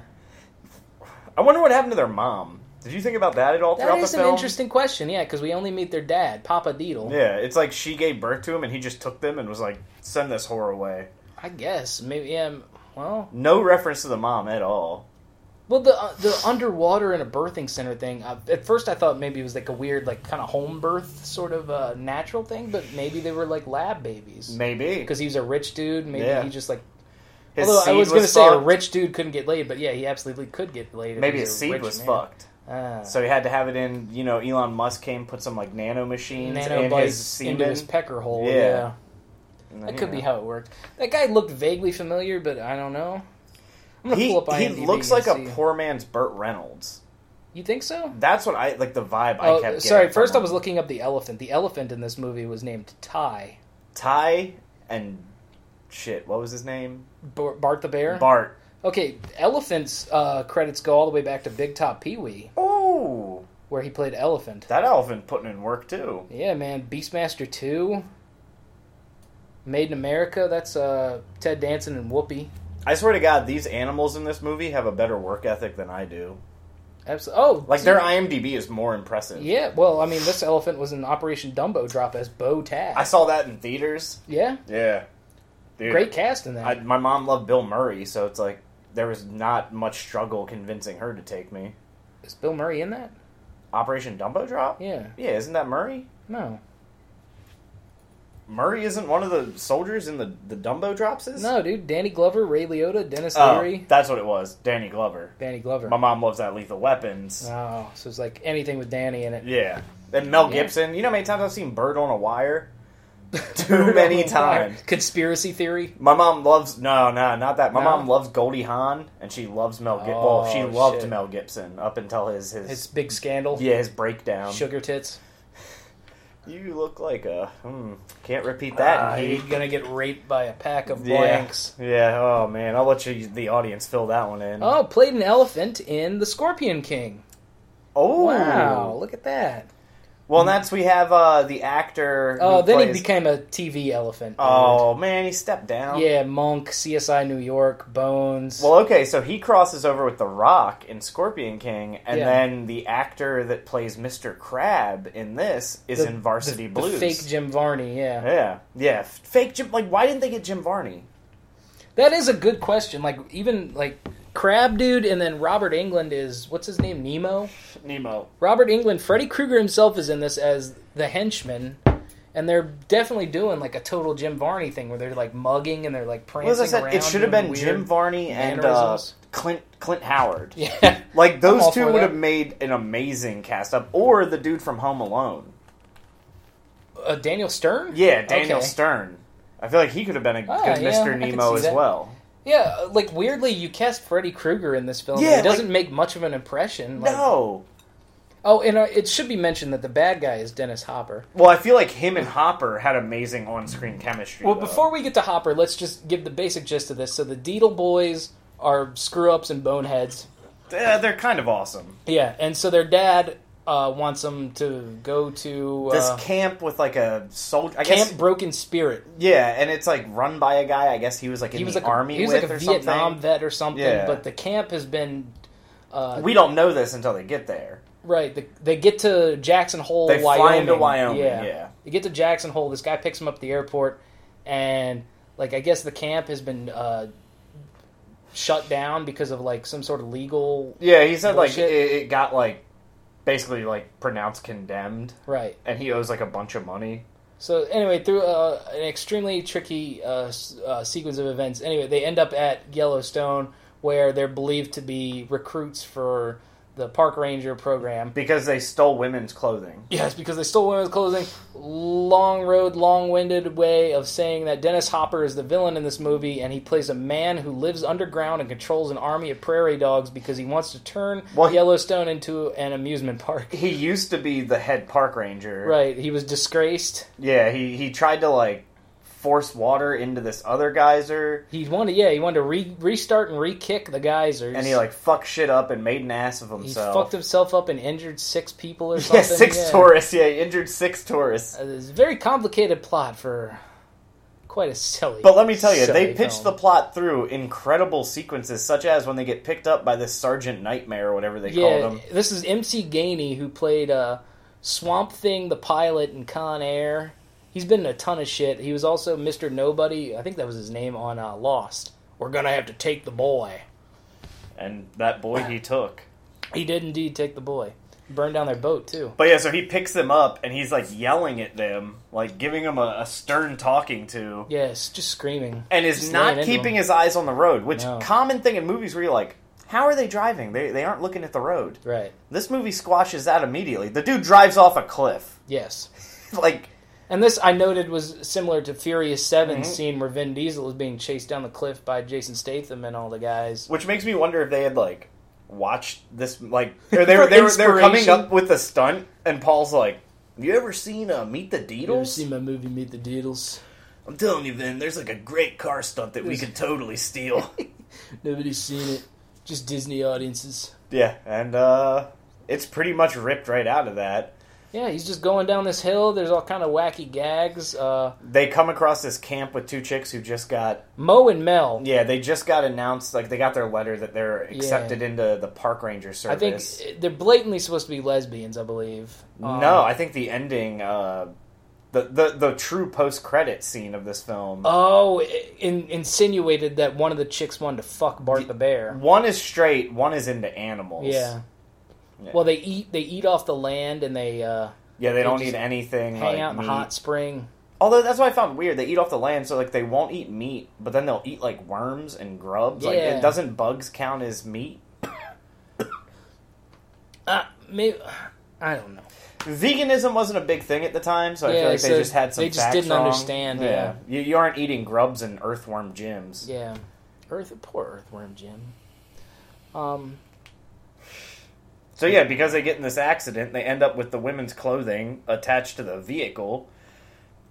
B: I wonder what happened to their mom. Did you think about that at all
A: that
B: throughout
A: is
B: the
A: an
B: film?
A: interesting question. Yeah, because we only meet their dad, Papa Deedle.
B: Yeah, it's like she gave birth to him, and he just took them and was like, "Send this whore away."
A: I guess maybe. Yeah, m- well,
B: No reference to the mom at all.
A: well, the uh, the underwater in a birthing center thing. Uh, at first, I thought maybe it was like a weird, like kind of home birth sort of uh, natural thing, but maybe they were like lab babies.
B: Maybe
A: Because he was a rich dude, maybe
B: Yeah.
A: he just like.
B: his
A: although I
B: seed
A: was, going to say a
B: fucked.
A: rich dude couldn't get laid, but yeah, he absolutely could get laid. if
B: Maybe
A: he
B: his
A: a
B: seed
A: rich
B: was
A: man.
B: fucked,
A: Ah.
B: so he had to have it in. You know, Elon Musk came, put some like nano machines in his
A: nanobites
B: semen.
A: into his pecker hole.
B: Yeah.
A: Yeah.
B: and then,
A: that
B: you
A: could be
B: know.
A: how it worked. That guy looked vaguely familiar, but I don't know. I'm gonna
B: he,
A: pull up
B: he
A: IMDb.
B: looks
A: and
B: like a
A: see.
B: poor man's Burt Reynolds.
A: You think so?
B: That's what I like the vibe I
A: Oh,
B: kept.
A: sorry.
B: getting from
A: First, I
B: him.
A: was looking up the elephant. The elephant in this movie was named Ty
B: Ty and shit. What was his name?
A: Bar- Bart the bear.
B: Bart.
A: okay, elephants uh, credits go all the way back to Big Top Pee Wee,
B: Oh,
A: where he played elephant.
B: that elephant putting in work too.
A: Yeah, man. Beastmaster two. Made in America. That's uh, Ted Danson and Whoopi.
B: I swear to God, these animals in this movie have a better work ethic than I do.
A: Absolutely. Oh,
B: Like
A: dude.
B: their IMDb is more impressive.
A: Yeah, well, I mean, this elephant was in Operation Dumbo Drop as Bo Tag.
B: I saw that in theaters.
A: yeah,
B: Yeah, Dude,
A: great cast in that.
B: I, my mom loved Bill Murray, so it's like there was not much struggle convincing her to take me.
A: Is Bill Murray in that?
B: Operation Dumbo Drop.
A: Yeah,
B: yeah, isn't that Murray?
A: no,
B: Murray isn't one of the soldiers in the the Dumbo drops. Is?
A: no, dude. Danny Glover, Ray Liotta, Dennis
B: Oh,
A: Leary,
B: that's what it was. Danny Glover.
A: Danny Glover.
B: My mom loves that Lethal Weapons.
A: Oh, so it's like anything with Danny in it.
B: Yeah, and Mel
A: Yeah.
B: Gibson. You know how many times I've seen Bird on a Wire? Too many times.
A: Conspiracy theory.
B: My mom loves no, no, not that. My
A: No?
B: mom loves Goldie Hawn, and she loves Mel. Gibson.
A: Oh,
B: well, she loved
A: shit.
B: Mel Gibson up until his his,
A: His big scandal.
B: yeah his breakdown.
A: Sugar tits.
B: You look like a hmm, can't repeat that.
A: Ah,
B: Needy.
A: you're gonna get raped by a pack of
B: Yeah.
A: blanks.
B: Yeah. Oh man, I'll let you the audience fill that one in.
A: Oh, played an elephant in The Scorpion King.
B: Oh.
A: Wow, look at that.
B: Well, and that's we have uh the actor.
A: Oh,
B: who
A: then
B: plays-
A: he became a TV elephant.
B: Oh man, he stepped down.
A: Yeah, Monk, CSI New York, Bones.
B: Well, okay, so he crosses over with The Rock in Scorpion King, and
A: Yeah.
B: then the actor that plays Mr. Crab in this is
A: The-
B: in Varsity
A: the
B: Blues.
A: fake Jim Varney, yeah.
B: Yeah, yeah, f- fake Jim. Like, why didn't they get Jim Varney?
A: That is a good question. Like even like Crab Dude and then Robert England is what's his name? Nemo?
B: Nemo.
A: Robert England, Freddy Krueger himself is in this as the henchman. And they're definitely doing like a total Jim Varney thing where they're like mugging and they're like prancing
B: Well, as I said,
A: around.
B: it should have been
A: doing
B: Jim
A: weird-
B: Varney and uh,
A: mannerisms.
B: Clint Clint Howard.
A: Yeah.
B: Like
A: all
B: those two
A: for
B: would
A: that.
B: have made an amazing cast up, or the dude from Home Alone.
A: Uh, Daniel Stern?
B: Yeah, Daniel
A: Okay.
B: Stern. I feel like he could have been a
A: Ah,
B: good
A: yeah, I
B: Mr.
A: can
B: Nemo
A: see
B: as
A: that.
B: well.
A: Yeah, uh, like weirdly you cast Freddy Krueger in this film.
B: Yeah,
A: Yeah, it doesn't
B: like-
A: make much of an impression. Like,
B: no,
A: Oh, and uh, it should be mentioned that the bad guy is Dennis Hopper.
B: Well, I feel like him and Hopper had amazing on-screen chemistry.
A: Well,
B: though.
A: before we get to Hopper, let's just give the basic gist of this. So the Deedle boys are screw ups and boneheads.
B: Eh, they're kind of awesome.
A: Yeah, and so their dad uh, wants them to go to
B: This
A: uh,
B: camp with like a soldier. I
A: Camp
B: guess
A: Broken Spirit.
B: yeah, and it's like run by a guy. I guess he was like in
A: He was
B: the
A: like
B: army
A: a, he was
B: with
A: like a
B: or
A: Vietnam
B: something.
A: vet or something.
B: Yeah.
A: But the camp has been uh,
B: We don't know this until they get there.
A: right. The, they get to Jackson Hole,
B: They
A: Wyoming.
B: fly into Wyoming. Yeah.
A: You get to Jackson Hole. This guy picks him up at the airport, and like I guess the camp has been uh, shut down because of like some sort of legal
B: Yeah, he said like
A: Bullshit.
B: it, it got like basically like pronounced condemned,
A: right.
B: and he owes like a bunch of money.
A: So anyway, through uh, an extremely tricky uh, s- uh, sequence of events, anyway, they end up at Yellowstone, where they're believed to be recruits for the park ranger program.
B: Because they stole women's clothing.
A: Yes, because they stole women's clothing. Long road, long winded way of saying that Dennis Hopper is the villain in this movie, and he plays a man who lives underground and controls an army of prairie dogs because he wants to turn
B: Well, he-
A: Yellowstone into an amusement park.
B: He used to be the head park ranger.
A: Right, he was disgraced.
B: Yeah, he he tried to like force water into this other geyser,
A: He wanted, yeah, he wanted to re- restart and re-kick the geysers.
B: and he like fucked shit up and made an ass of
A: he
B: himself.
A: fucked himself up and injured six people or something.
B: yeah, six
A: yeah.
B: tourists. Yeah, he injured six tourists.
A: Uh, It's a very complicated plot for quite a silly.
B: But let me tell you, they
A: silly
B: pitched
A: film.
B: the plot through incredible sequences, such as when they get picked up by this Sergeant Nightmare or whatever they
A: yeah,
B: called him.
A: this is MC Gainey who played uh, Swamp Thing, the pilot in Con Air. He's been in a ton of shit. He was also Mr. Nobody. I think that was his name on uh, Lost. We're gonna have to take the boy.
B: And that boy he took.
A: He did indeed take the boy. Burned down their boat too.
B: But yeah, so he picks them up and he's like yelling at them, like giving them a, a stern talking to,
A: Yeah, it's just screaming.
B: and is
A: Just laying
B: not
A: into
B: keeping
A: him.
B: his eyes on the road, which
A: No.
B: common thing in movies where you're like, how are they driving? They they aren't looking at the road.
A: right.
B: This movie squashes that immediately. The dude drives off a cliff.
A: Yes.
B: like
A: And this I noted was similar to Furious 7 scene where Vin Diesel is being chased down the cliff by Jason Statham and all the guys.
B: which makes me wonder if they had like watched this like or they were they were they were coming
A: inspiration.
B: up with a stunt and Paul's like, "You ever seen uh, Meet the
A: You ever
B: Deedles?"
A: seen my movie Meet the Deedles?
B: I'm telling you, Vin, there's like a great car stunt that we could totally steal.
A: Nobody's seen it. Just Disney audiences.
B: yeah, and uh it's pretty much ripped right out of that.
A: Yeah, he's just going down this hill. There's all kind of wacky gags. Uh,
B: They come across this camp with two chicks who just got
A: Mo and Mel.
B: yeah, they just got announced like they got their letter that they're accepted into the park ranger
A: I think
B: service.
A: they're blatantly supposed to be lesbians, I believe. Um,
B: no, I think the ending, uh, the, the the true post credit scene of this film.
A: Oh, in, insinuated that one of the chicks wanted to fuck Bart the Bear.
B: one is straight, one is into animals.
A: Yeah.
B: Yeah.
A: Well, they eat they eat off the land and they uh,
B: yeah, they, don't
A: just
B: eat anything.
A: hang
B: like,
A: out in the
B: meat.
A: hot spring.
B: Although that's what I found weird. They eat off the land, so like they won't eat meat, but then they'll eat like worms and grubs. Like,
A: Yeah.
B: it doesn't bugs count as meat?
A: Uh, maybe I don't know.
B: Veganism wasn't a big thing at the time, so I
A: Yeah,
B: feel like
A: so
B: they just had some.
A: they just
B: facts
A: didn't
B: wrong.
A: understand, yeah.
B: you, you aren't eating grubs and earthworm gyms.
A: Yeah, Earth, poor Earthworm Jim. Um,
B: So yeah, because they get in this accident, they end up with the women's clothing attached to the vehicle,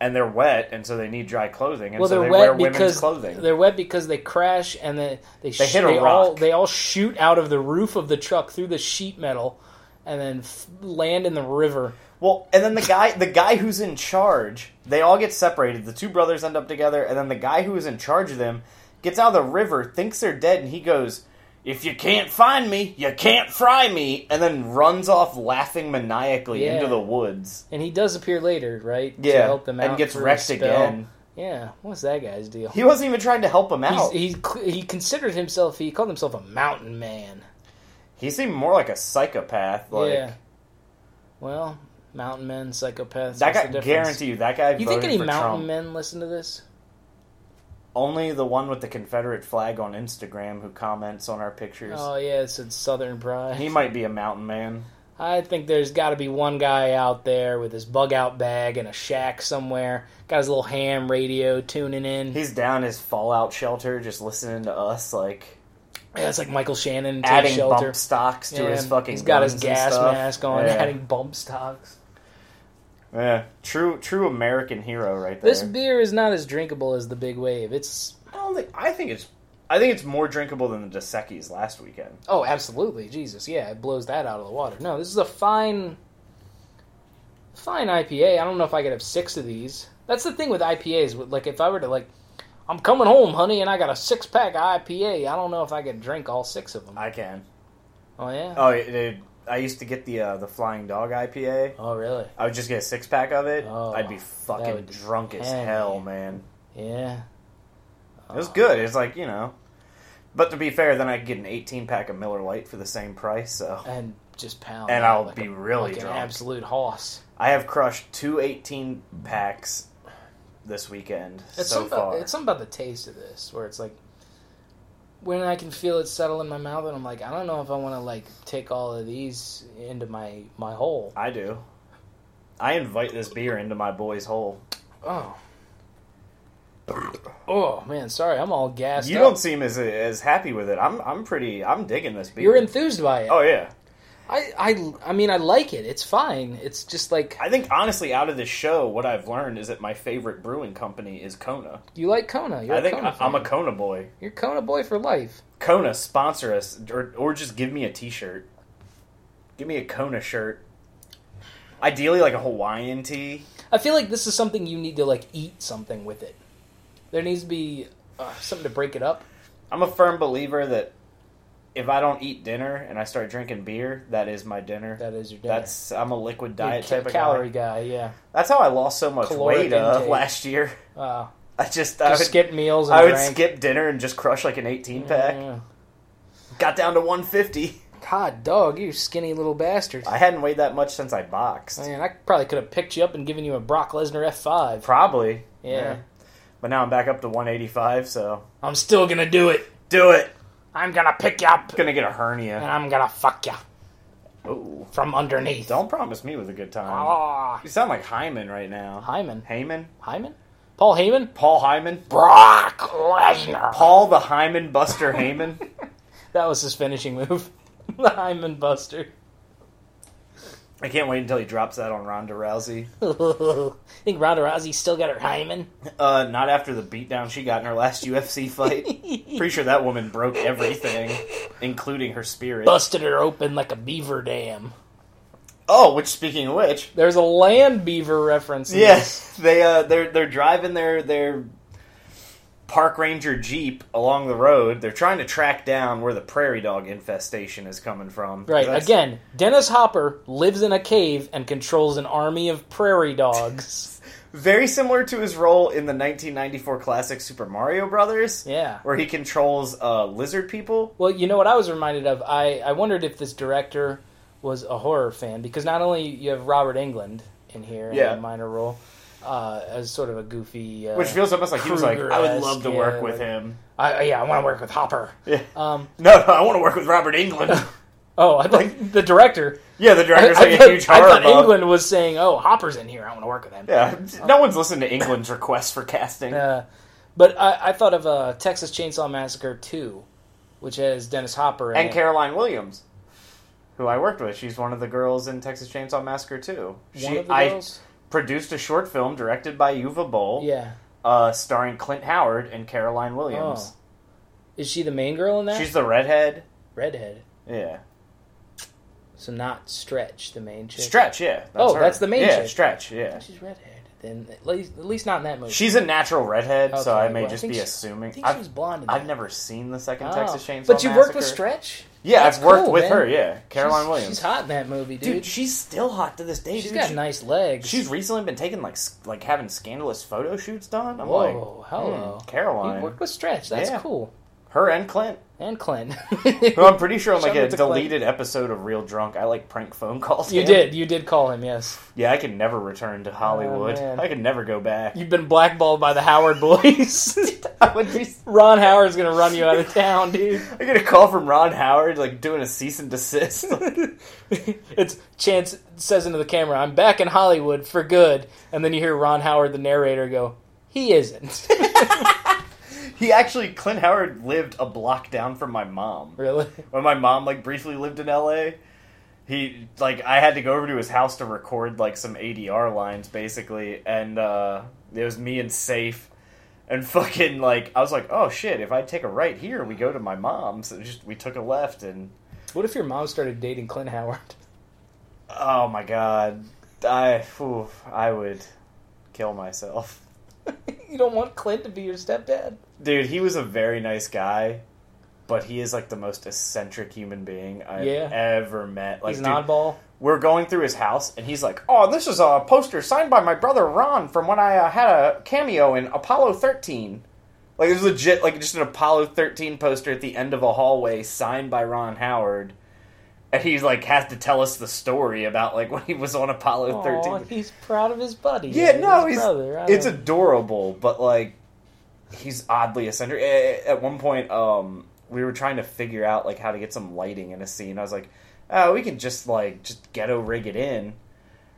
B: and they're wet, and so they need dry clothing, and
A: well,
B: so
A: they're
B: they wear
A: wet
B: women's
A: because
B: clothing.
A: they're wet because they crash and they they, sh-
B: hit a
A: they all
B: rock.
A: they all shoot out of the roof of the truck through the sheet metal and then f- land in the river.
B: Well, and then the guy, the guy who's in charge, they all get separated. The two brothers end up together, and then the guy who is in charge of them gets out of the river, thinks they're dead, and he goes, "If you can't find me, you can't fry me," and then runs off laughing maniacally
A: Yeah.
B: into the woods.
A: And he does appear later, right? to
B: Yeah,
A: help them out
B: and gets
A: for a
B: wrecked
A: spell.
B: again.
A: Yeah, what's that guy's deal?
B: He wasn't even trying to help him
A: He's,
B: out.
A: he cl- he considered himself. He called himself a mountain man.
B: He seemed more like a psychopath. Like
A: yeah. Well, mountain men, psychopaths.
B: that
A: what's the
B: guy,
A: difference?
B: guarantee you, that guy.
A: You think
B: voted
A: any
B: for
A: mountain
B: Trump.
A: men listen to this?
B: Only the one with the Confederate flag on Instagram who comments on our pictures.
A: Oh yeah, it's a Southern pride.
B: he might be a mountain man.
A: I think there's got to be one guy out there with his bug out bag in a shack somewhere. Got his little ham radio tuning in.
B: He's down his fallout shelter, just listening to us. Like
A: Yeah, it's like Michael Shannon in Take
B: adding
A: shelter.
B: bump stocks to
A: Yeah,
B: his fucking.
A: He's got his
B: guns and
A: gas
B: stuff.
A: mask on,
B: Yeah.
A: adding bump stocks.
B: Yeah. True, true American hero right there.
A: This beer is not as drinkable as the Big Wave. It's
B: I don't think. I think it's. I think it's more drinkable than the Dos Equis last weekend.
A: oh, absolutely, Jesus, yeah, it blows that out of the water. No, this is a fine, fine IPA. I don't know if I could have six of these. That's the thing with IPAs. with- Like, if I were to like, I'm coming home, honey, and I got a six pack of IPA. I don't know if I could drink all six of them.
B: I can.
A: oh yeah.
B: Oh, it, it, I used to get the uh, the Flying Dog IPA.
A: oh really?
B: I would just get a six pack of it.
A: Oh,
B: I'd be
A: that
B: fucking
A: would be
B: drunk as
A: handy.
B: hell, man.
A: Yeah.
B: It
A: Oh.
B: was good. It's like you know. But to be fair, then I could get an eighteen pack of Miller Lite for the same price. So
A: And just pound.
B: And
A: that
B: I'll
A: Oh, like
B: be
A: a-
B: really
A: like
B: drunk.
A: an absolute hoss.
B: I have crushed two 18 packs this weekend
A: It's
B: so
A: something
B: far.
A: About, it's something about the taste of this where it's like when I can feel it settle in my mouth and I'm like, I don't know if I want to like take all of these into my my hole.
B: I do. I invite this beer into my boy's hole.
A: Oh. Oh man, sorry, I'm all gassed.
B: you
A: up.
B: don't seem as as happy with it. I'm I'm pretty. I'm digging this beer.
A: You're enthused by it.
B: Oh yeah.
A: I, I I mean I like it. It's fine. It's just like
B: I think honestly, out of this show, what I've learned is that my favorite brewing company is Kona.
A: you like Kona. You're
B: I think
A: a Kona
B: I, am a
A: fan.
B: Kona boy.
A: You're Kona boy for life.
B: Kona sponsor us, or or just give me a T-shirt. Give me a Kona shirt. Ideally, like a Hawaiian tee.
A: I feel like this is something you need to like eat something with it. There needs to be uh, something to break it up.
B: I'm a firm believer that if I don't eat dinner and I start drinking beer, that is my dinner.
A: That is your dinner.
B: That's I'm a liquid diet
A: You're a
B: type of
A: calorie
B: Guy.
A: guy. Yeah.
B: That's how I lost so much
A: Caloric
B: weight uh,
A: intake.
B: last year.
A: Uh,
B: I just, I would,
A: just skip meals. And Mm.
B: I would
A: drank.
B: skip dinner and just crush like an 18 pack.
A: Yeah.
B: Got down to 150.
A: God, dog, you skinny little bastard.
B: I hadn't weighed that much since I boxed.
A: Man, I probably could have picked you up and given you a Brock Lesnar F five.
B: Probably.
A: Yeah.
B: But now I'm back up to 185, so
A: I'm still gonna do it.
B: do it.
A: I'm gonna pick you up
B: Gonna get a
A: and
B: hernia.
A: I'm gonna fuck you
B: Oh,
A: from underneath.
B: don't promise me with a good time.
A: Ah.
B: You sound like Hyman right now.
A: Hyman.
B: Hyman?
A: Hyman. Paul Heyman.
B: Paul Hyman?
A: Brock Lesnar.
B: Paul the Hyman Buster Heyman.
A: That was his finishing move. the Hyman Buster.
B: I can't wait until he drops that on Ronda Rousey.
A: think Ronda Rousey still got her hymen.
B: Uh, not after the beatdown she got in her last UFC fight. Pretty sure that woman broke everything, including her spirit.
A: Busted her open like a beaver dam.
B: Oh, which speaking of which,
A: There's a land beaver reference. in this.
B: yes, they uh, they're they're driving their their park ranger jeep along the road. They're trying to track down where the prairie dog infestation is coming from.
A: Right.
B: That's-
A: Again, Dennis Hopper lives in a cave and controls an army of prairie dogs.
B: very similar to his role in the 1994 classic Super Mario Brothers,
A: yeah.
B: where he controls uh, lizard people.
A: Well, you know what I was reminded of? I, I wondered if this director was a horror fan because not only you have Robert England in here
B: Yeah.
A: in a minor role uh, as sort of a goofy. Uh,
B: Which feels almost like he was like, I would love to
A: Kruger-esque,
B: work
A: yeah,
B: with
A: like-
B: him.
A: I, I- yeah, I want to work with Hopper.
B: Yeah.
A: Um,
B: No, no, I want to work with Robert England.
A: oh, I think the director.
B: yeah, the
A: I,
B: director's
A: I
B: like a
A: thought,
B: huge
A: I
B: horror
A: thought
B: buff.
A: England was saying, "Oh, Hopper's in here. I want to work with him."
B: Yeah, no one's listened to England's request for casting.
A: Uh, but I, I thought of uh, Texas Chainsaw Massacre 2, which has Dennis Hopper in
B: And
A: it.
B: Caroline Williams, who I worked with, she's one of the girls in Texas Chainsaw Massacre too. She,
A: One of the
B: I
A: girls?
B: produced a short film directed by Yuva Bowl,
A: Yeah. Oh.
B: uh, starring Clint Howard and Caroline Williams.
A: Is she the main girl in that?
B: She's the redhead.
A: redhead.
B: Yeah,
A: So not Stretch, the main chick.
B: Stretch. Yeah. That's
A: Oh, that's the main
B: Yeah,
A: chick.
B: Stretch. Yeah.
A: She's redhead. Then at least, at least not in that movie.
B: She's a natural redhead, so
A: Okay,
B: I may
A: well, I
B: just
A: think
B: be
A: she- I
B: assuming.
A: think she
B: I've,
A: was blonde. In
B: I've
A: that.
B: never seen the second
A: Oh.
B: Texas Chainsaw
A: But you worked with
B: Massacre.
A: Stretch.
B: Yeah,
A: That's
B: I've worked
A: cool,
B: with
A: man.
B: her. Yeah, Caroline
A: She's-
B: Williams.
A: She's hot in that movie,
B: dude,
A: dude.
B: she's still hot to this day.
A: she's
B: dude.
A: got
B: She-
A: nice legs.
B: She's recently been taking like s- like having scandalous photo shoots done. I'm like,
A: Whoa, hello.
B: hmm,
A: You
B: Caroline,
A: worked with Stretch. That's
B: Yeah.
A: cool.
B: her and Clint.
A: And Clint.
B: Who I'm pretty sure on like
A: Shout
B: a
A: out to Clint.
B: deleted episode of Real Drunk, I like prank phone calls.
A: You
B: him.
A: did. You did call him. Yes.
B: Yeah, I can never return to Hollywood.
A: man.
B: I can never go back.
A: You've been blackballed by the Howard boys.
B: I would be.
A: Ron Howard's gonna run you out of town, dude.
B: I get a call from Ron Howard like doing a cease and desist.
A: it's Chance says into the camera, "I'm back in Hollywood for good," and then you hear Ron Howard, the narrator, go, "He isn't."
B: He actually, Clint Howard lived a block down from my mom.
A: Really?
B: When my mom like briefly lived in L.A., he like I had to go over to his house to record like some ADR lines basically, and uh, it was me and Safe. And fucking like I was like, oh shit! If I take a right here, we go to my mom's. And just we took a left, and
A: What if your mom started dating Clint Howard?
B: oh my god, I phew, I would kill myself.
A: you don't want Clint to be your stepdad.
B: Dude, he was a very nice guy, but he is like the most eccentric human being I've
A: Yeah.
B: ever met. Like,
A: He's an
B: dude,
A: oddball.
B: we're going through his house, and he's like, "Oh, this is a poster signed by my brother Ron from when I uh, had a cameo in Apollo 13." Like it was legit, like just an Apollo 13 poster at the end of a hallway signed by Ron Howard. And he like has to tell us the story about like when he was on Apollo
A: Aw,
B: 13.
A: he's proud of his buddy.
B: Yeah,
A: and
B: no,
A: his
B: he's
A: brother. I
B: it's
A: don't-
B: adorable, but like he's oddly eccentric. Eh, At one point, um, we were trying to figure out like how to get some lighting in a scene. I was like, oh, we can just like just ghetto rig it in,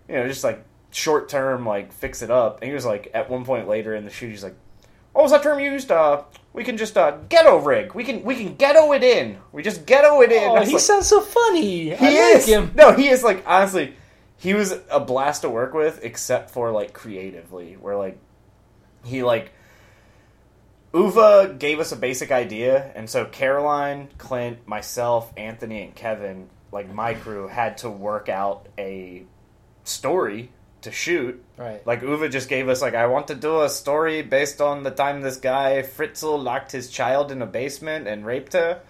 B: you know, just like short term, like fix it up. And he was like, at one point later in the shoot, he's like, what was that term you used? Uh, we can just uh, ghetto rig. We can we can ghetto it in. We just ghetto it in. I
A: Oh,
B: was
A: he
B: like-
A: sounds so funny. I
B: he
A: like
B: is.
A: him.
B: No, he is like honestly, he was a blast to work with, except for like creatively, where like he like Uva gave us a basic idea, and so Caroline, Clint, myself, Anthony, and Kevin, like my crew, had to work out a story to shoot
A: Right.
B: like Uva just gave us like I want to do a story based on the time this guy Fritzl locked his child in a basement and raped her.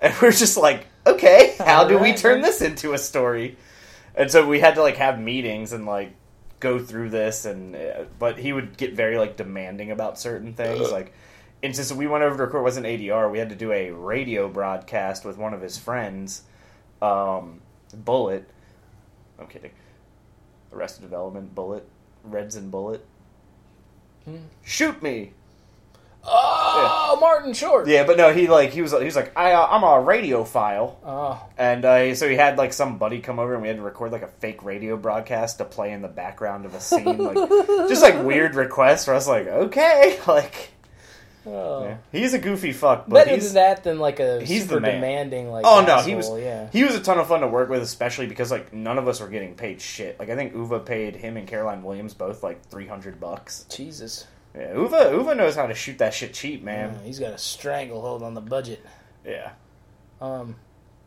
B: And we're just like, okay, how do we
A: Alright,
B: turn
A: man.
B: this into a story? And so we had to like have meetings and like go through this and uh, but he would get very like demanding about certain things like and since we went over to record it wasn't ADR, we had to do a radio broadcast with one of his friends um, Bullet. I'm kidding. Arrested Development, Bullet, Reds and Bullet. Shoot me.
A: oh, Martin Short.
B: Yeah, but no, he like he was he was like I uh, I'm a radiophile,
A: Oh,
B: and uh, so he had like some buddy come over and we had to record like a fake radio broadcast to play in the background of a scene, like just like weird requests. Where I was like, okay, like
A: oh.
B: yeah. he's a goofy fuck, but
A: better
B: he's
A: than that than like a
B: he's the
A: super
B: man.
A: demanding like.
B: Oh no, he was
A: asshole, yeah.
B: he was a ton of fun to work with, especially because like none of us were getting paid shit. Like I think Uva paid him and Caroline Williams both like three hundred bucks.
A: Jesus,
B: Yeah, Uva Uva knows how to shoot that shit cheap, man.
A: Yeah, he's got a stranglehold on the budget.
B: Yeah,
A: Um,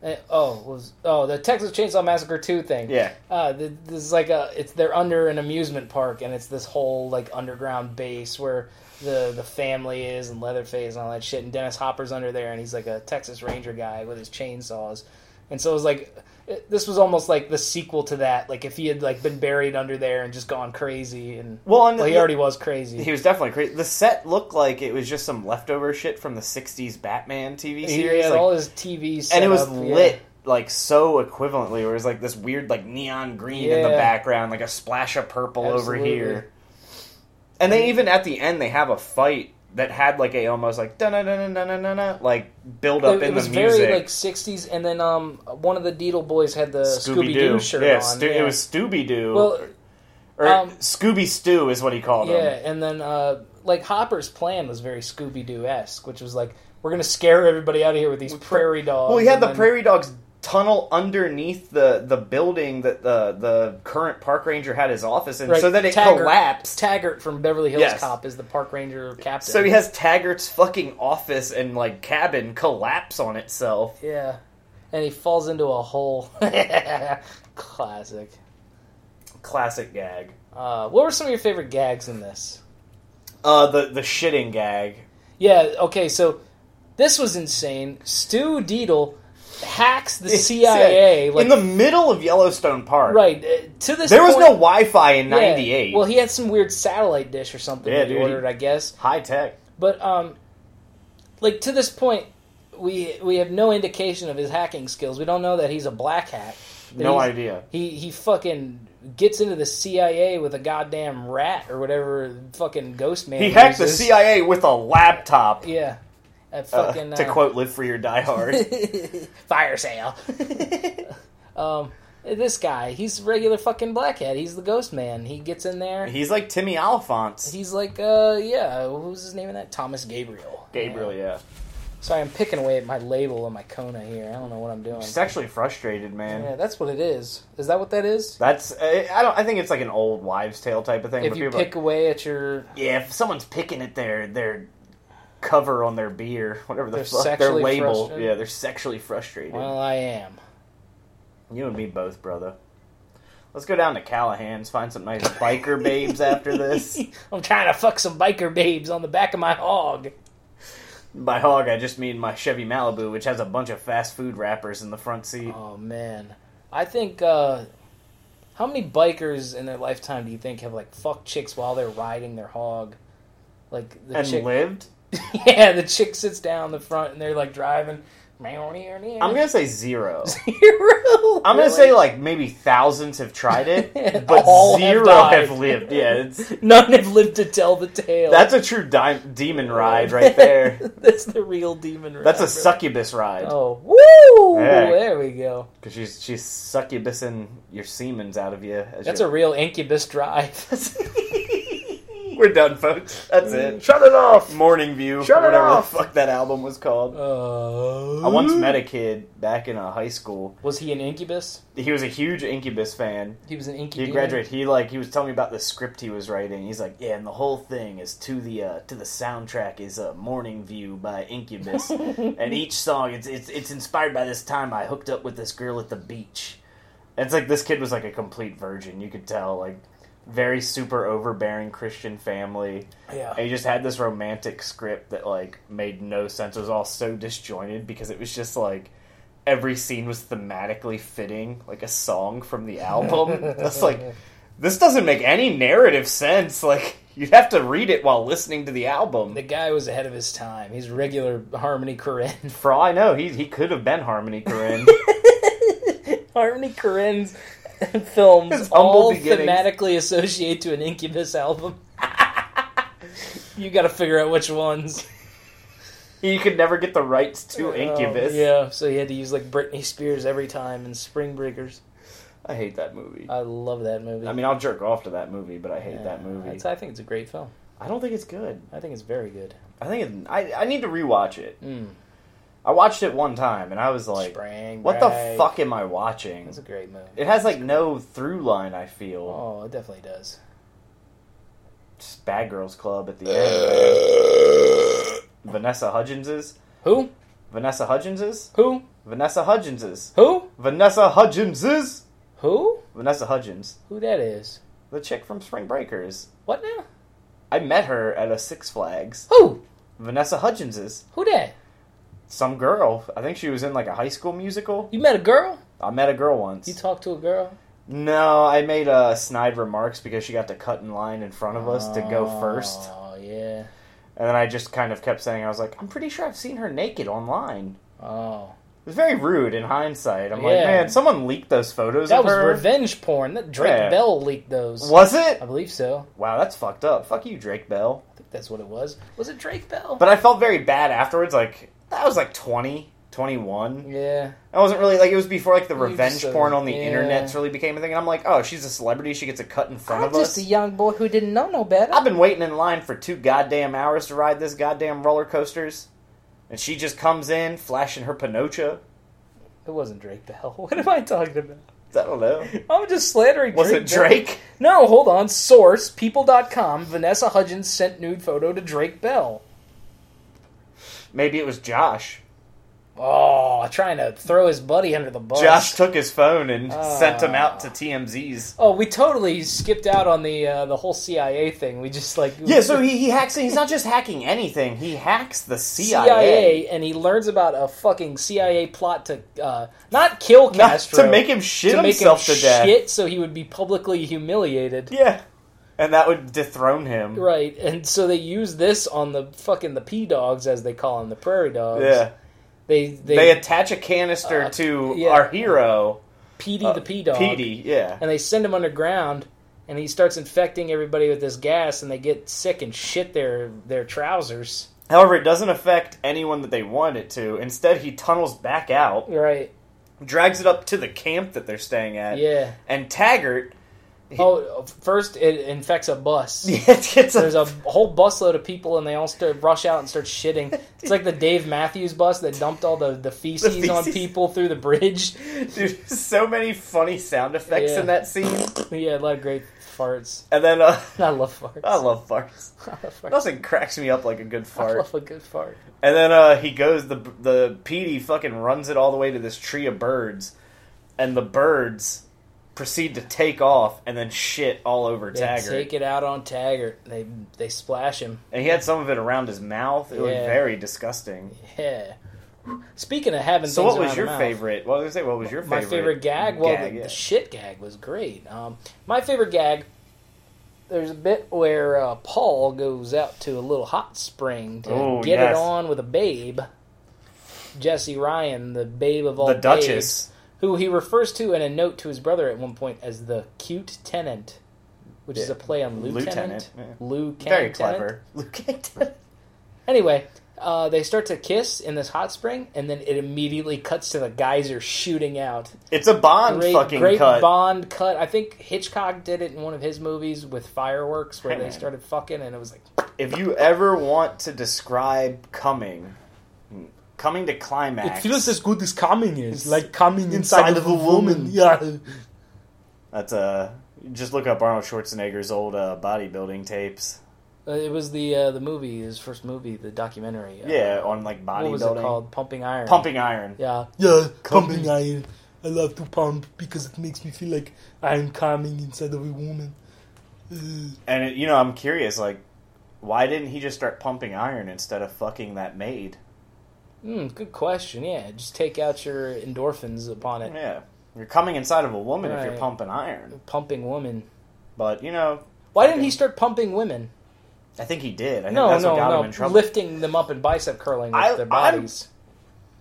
A: eh, oh, was oh the Texas Chainsaw Massacre two thing.
B: yeah,
A: Uh, th- this is like a it's they're under an amusement park and it's this whole like underground base where the the family is and Leatherface and all that shit and Dennis Hopper's under there and he's like a Texas Ranger guy with his chainsaws and so it was like it, this was almost like the sequel to that like if he had like been buried under there and just gone crazy and
B: Well, and
A: well, he
B: the-
A: already was crazy
B: He was definitely crazy. The set looked like it was just some leftover shit from the '60s Batman TV
A: he
B: series,
A: had
B: like-
A: all his TV set
B: and it was
A: up, yeah.
B: lit like so equivalently. Where it was like this weird like neon green in the
A: Yeah.
B: background, like a splash of purple over
A: Absolutely.
B: here. And they even at the end they have a fight that had like a almost like dun dun dun dun dun dun dun like build up
A: it, it
B: in
A: was
B: the music.
A: very like 60s and then um one of the Deedle boys had the
B: Scooby
A: Scooby-Doo
B: Doo
A: shirt
B: yeah,
A: on
B: Stu-
A: yeah.
B: it was Scooby Doo,
A: well
B: or
A: um,
B: Scooby Stew is what he called him.
A: Yeah, and then uh, like Hopper's plan was very Scooby Doo esque, which was like we're gonna scare everybody out of here with these prairie dogs.
B: Well, he had
A: and
B: the
A: then-
B: prairie dogs tunnel underneath the the building that the the current park ranger had his office in,
A: Right,
B: so that it
A: Taggart.
B: collapsed.
A: Taggart from Beverly Hills
B: Yes.
A: Cop is the park ranger captain.
B: So he has Taggart's fucking office and like cabin collapse on itself.
A: yeah, and he falls into a hole. Classic.
B: Classic gag.
A: Uh, what were some of your favorite gags in this?
B: Uh, the the shitting gag.
A: Yeah. Okay. So this was insane. Stu Deedle hacks the
B: It's
A: CIA
B: sick.
A: like
B: in the middle of Yellowstone Park.
A: right uh, to this.
B: There was
A: point-
B: no Wi-Fi in
A: Yeah.
B: '98.
A: Well, he had some weird satellite dish or something
B: Yeah,
A: that he
B: dude, he-
A: ordered, I guess.
B: High tech.
A: But um, like to this point, we we have no indication of his hacking skills. We don't know that he's a black hat. That
B: No
A: he's-
B: idea.
A: He he fucking gets into the CIA with a goddamn rat or whatever fucking ghost man.
B: He hacked the
A: uses.
B: CIA with a laptop.
A: Yeah, a
B: uh,
A: fucking
B: to
A: uh,
B: quote "Live Free or Die Hard."
A: fire sale. um, this guy, he's a regular fucking black hat. He's the ghost man. He gets in there.
B: He's like Timmy Alphonse.
A: He's like, uh, yeah, what was his name in that? Thomas Gabriel.
B: Gabriel, yeah.
A: Sorry, I'm picking away at my label and my Kona here. I don't know what I'm doing.
B: I'm sexually frustrated, man.
A: Yeah, that's what it is. Is that what that is?
B: That's I I don't I think it's like an old wives' tale type of thing.
A: If
B: but
A: you
B: people are
A: pick away at your
B: like, yeah, if someone's picking at their their cover on their beer, whatever the
A: They're
B: fuck their
A: sexually
B: label,
A: frustrated?
B: yeah, they're sexually frustrated.
A: well, I am.
B: You and me both, brother. Let's go down to Callahan's, find some nice biker babes after this.
A: I'm trying to fuck some biker babes on the back of my hog.
B: By hog, I just mean my Chevy Malibu, which has a bunch of fast food wrappers in the front seat.
A: Oh man, I think uh, how many bikers in their lifetime do you think have like fucked chicks while they're riding their hog? Like the
B: and
A: chick,
B: lived?
A: yeah, the chick sits down in the front and they're like driving.
B: I'm going to say zero.
A: zero.
B: I'm going to say, like, maybe thousands have tried it, but
A: All have
B: zero
A: died.
B: have, lived. Yeah, it's,
A: none have lived to tell the tale.
B: that's a true di- demon ride right there.
A: that's the real demon.
B: That's a
A: ride.
B: succubus ride.
A: Oh, woo!
B: Heck.
A: There we go.
B: Because she's, she's succubusing your semens out of you. As
A: That's a
B: you're-
A: real incubus drive.
B: We're done, folks. That's it.
C: Shut it off!
B: Morning View.
C: Shut
B: or
C: it
B: whatever
C: off.
B: the fuck that album was called.
A: uh,
B: I once met a kid back in uh, high school.
A: Was he an incubus?
B: He was a huge Incubus fan.
A: He was an incubus.
B: He graduated. He like he was telling me about the script he was writing. He's like, yeah, and the whole thing is to the uh, to the soundtrack is uh, Morning View by Incubus, and each song it's it's it's inspired by this time I hooked up with this girl at the beach. And it's like this kid was like a complete virgin. You could tell like very super overbearing Christian family.
A: Yeah.
B: And he just had this romantic script that like made no sense. It was all so disjointed because it was just like every scene was thematically fitting like a song from the album. That's like this doesn't make any narrative sense. Like you'd have to read it while listening to the album.
A: The guy was ahead of his time. He's regular Harmony Korine.
B: For all I know, he he could have been Harmony Korine.
A: Harmony Korine's films
B: His humble
A: all
B: beginnings.
A: thematically associate to an Incubus album. you got to figure out which ones.
B: he could never get the rights to Incubus.
A: Oh, yeah, so he had to use like Britney Spears every time in Spring Breakers.
B: I hate that movie.
A: I love that movie.
B: I mean, I'll jerk off to that movie, but I hate that movie.
A: It's- I think it's a great film.
B: I don't think it's good.
A: I think it's very good.
B: I think it, I I need to rewatch it.
A: Mm.
B: I watched it one time and I was like,
A: Spring
B: "What the
A: Break.
B: fuck am I watching?"
A: It's a great movie.
B: It has like no through line. I feel
A: Oh, it definitely does.
B: Just Bad Girls Club at the end. Vanessa Hudgens's
A: Who?
B: Vanessa Hudgens's
A: Who?
B: Vanessa Hudgens's
A: Who?
B: Vanessa Hudgens's
A: Who?
B: Vanessa Hudgens,
A: Who that is?
B: the chick from Spring Breakers.
A: What now?
B: I met her at a Six Flags.
A: Who?
B: Vanessa Hudgens's
A: Who that?
B: some girl. I think she was in like a high school musical.
A: You met a girl?
B: I met a girl once.
A: You talked to a girl?
B: No, I made uh, snide remarks because she got to cut in line in front of us to go first.
A: Oh yeah.
B: And then I just kind of kept saying, I was like, I'm pretty sure I've seen her naked online.
A: Oh,
B: It was very rude in hindsight. I'm like,
A: Yeah.
B: man, someone leaked those photos
A: that
B: of
A: was
B: her.
A: revenge porn. That Drake
B: Yeah.
A: Bell leaked those.
B: Was it?
A: I believe so.
B: Wow, that's fucked up. Fuck you, Drake Bell.
A: I think that's what it was. Was it Drake Bell?
B: But I felt very bad afterwards. Like, I was like 20, 21.
A: yeah.
B: I wasn't really, like, it was before, like, the revenge
A: just, uh,
B: porn on the
A: yeah.
B: internet's really became a thing. And I'm like, oh, she's a celebrity. She gets a cut in front
A: I'm
B: of us.
A: just a young boy who didn't know no better.
B: I've been waiting in line for two goddamn hours to ride this goddamn roller coasters, and she just comes in flashing her pinocha.
A: It wasn't Drake Bell. What am I talking about?
B: I don't know.
A: I'm just slandering
B: Was
A: Drake
B: it
A: Bell.
B: Drake?
A: No, hold on. Source, people.com. Vanessa Hudgens sent nude photo to Drake Bell.
B: Maybe it was Josh.
A: Oh, trying to throw his buddy under the bus.
B: Josh took his phone and sent him out to
A: Ah.
B: TMZ's.
A: Oh, we totally skipped out on the uh, the whole CIA thing. We just like
B: Yeah, so he, he hacks. He's not just hacking anything. He hacks the CIA,
A: CIA, and he learns about a fucking CIA plot to uh, not kill
B: Not
A: Castro
B: to make him shit
A: to make
B: himself
A: him
B: to death.
A: shit so he would be publicly humiliated.
B: Yeah, and that would dethrone him.
A: Right, and so they use this on the fucking the P dogs as they call them, the prairie dogs.
B: Yeah,
A: they they,
B: they attach a canister
A: Uh,
B: to
A: yeah.
B: our hero, uh,
A: Petey the P dog,
B: Petey. Yeah,
A: and they send him underground, and he starts infecting everybody with this gas, and they get sick and shit their their trousers.
B: However, it doesn't affect anyone that they want it to. Instead, he tunnels back out,
A: Right,
B: drags it up to the camp that they're staying at,
A: yeah.
B: and Taggart
A: Oh, first it infects a bus.
B: It's, it's
A: There's a whole busload of people, and they all start rush out and start shitting. It's like the Dave Matthews bus that dumped all the, the, feces, on
B: feces.
A: people through the bridge.
B: dude, so many funny sound effects
A: Yeah.
B: in that scene.
A: yeah, a lot of great farts.
B: And then uh,
A: I love farts.
B: I love farts.
A: I love farts.
B: Nothing cracks me up like a good
A: I
B: fart.
A: love a good fart.
B: And then uh, he goes the the PD fucking runs it all the way to this tree of birds, and the birds proceed to take off and then shit all over
A: They
B: Taggart.
A: take it out on Taggart. They they splash him.
B: and he had some of it around his mouth. It was
A: Yeah.
B: very disgusting.
A: Yeah. Speaking of having
B: So,
A: things
B: what was
A: around
B: your
A: the mouth,
B: favorite? What was I gonna say? What was your
A: My
B: favorite?
A: favorite gag? Well, the,
B: yeah.
A: the shit gag was great. Um, my favorite gag. There's a bit where uh, Paul goes out to a little hot spring to
B: Oh,
A: get it
B: yes.
A: on with a babe, Jesse Ryan, the babe of all
B: the
A: babes,
B: Duchess.
A: who he refers to in a note to his brother at one point as the cute tenant, which is
B: Yeah.
A: a play on lieutenant,
B: Lieutenant, yeah.
A: Lieutenant.
B: Very clever. Lieutenant.
A: Anyway, uh, they start to kiss in this hot spring, and then it immediately cuts to the geyser shooting out.
B: It's a Bond
A: Great,
B: fucking
A: great
B: cut.
A: Bond cut. I think Hitchcock did it in one of his movies with fireworks, where they
B: Man.
A: started fucking, and it was like,
B: If you ever want to describe coming, coming to climax,
C: as good as coming is,
B: like
C: coming
B: inside of a woman.
C: Yeah.
B: That's uh just look up Arnold Schwarzenegger's old uh, bodybuilding tapes.
A: uh, it was the uh, the movie, his first movie, the documentary. Uh,
B: Yeah, on like bodybuilding.
A: what was it called? Pumping Iron.
B: Pumping iron.
A: Yeah,
C: Yeah,
B: Coming.
C: pumping iron. I love to pump because it makes me feel like I'm coming inside of a woman. Uh,
B: And it, you know, I'm curious like why didn't he just start pumping iron instead of fucking that maid?
A: mm, good question. Yeah, just take out your endorphins upon it.
B: Yeah. You're coming inside of a woman if
A: Right.
B: you're pumping iron.
A: Pumping women.
B: But, you know,
A: Why didn't he start pumping women?
B: I think he did. I think
A: No,
B: that's
A: no,
B: what got
A: no.
B: him in trouble.
A: Lifting them up and bicep curling with
B: I-
A: their bodies.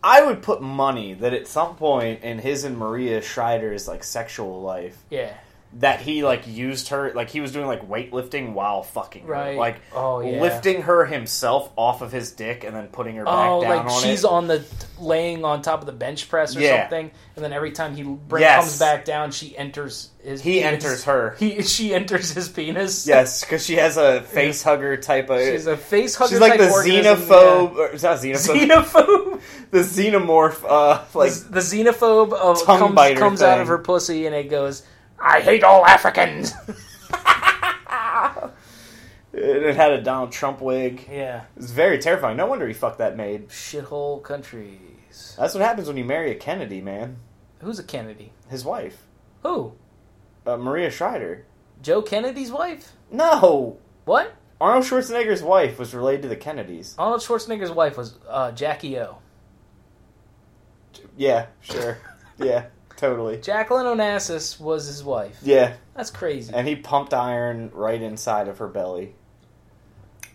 B: I would put money that at some point in his and Maria Schreider's like sexual life
A: Yeah.
B: that he like used her like he was doing like weightlifting while fucking her.
A: Right.
B: like
A: Oh, yeah.
B: lifting her himself off of his dick and then putting her back
A: Oh,
B: down
A: like
B: on
A: she's
B: it.
A: on the laying on top of the bench press or
B: Yeah.
A: something, and then every time he br-
B: Yes.
A: comes back down, she enters his.
B: he
A: penis.
B: enters her.
A: He she enters his penis.
B: Yes, because she has a face hugger type of.
A: she's
B: She's,
A: a face hugger.
B: like
A: type
B: the
A: organism,
B: xenophobe. Or, it's not
A: yeah.
B: xenophobe.
A: Xenophobe.
B: the xenomorph. Uh, like
A: the, the xenophobe of
B: Tongue
A: comes,
B: biter
A: comes out of
B: thing.
A: her pussy, and it goes, "I hate all Africans."
B: it had a Donald Trump wig.
A: yeah,
B: It's very terrifying. No wonder he fucked that maid.
A: shithole countries.
B: That's what happens when you marry a Kennedy, man.
A: Who's a Kennedy?
B: His wife,
A: Who?
B: uh, Maria Schreider.
A: Joe Kennedy's wife?
B: No,
A: What?
B: Arnold Schwarzenegger's wife was related to the Kennedys.
A: Arnold Schwarzenegger's wife was uh, Jackie O.
B: Yeah, sure. yeah, totally.
A: Jacqueline Onassis was his wife.
B: Yeah,
A: That's crazy.
B: and he pumped iron right inside of her belly.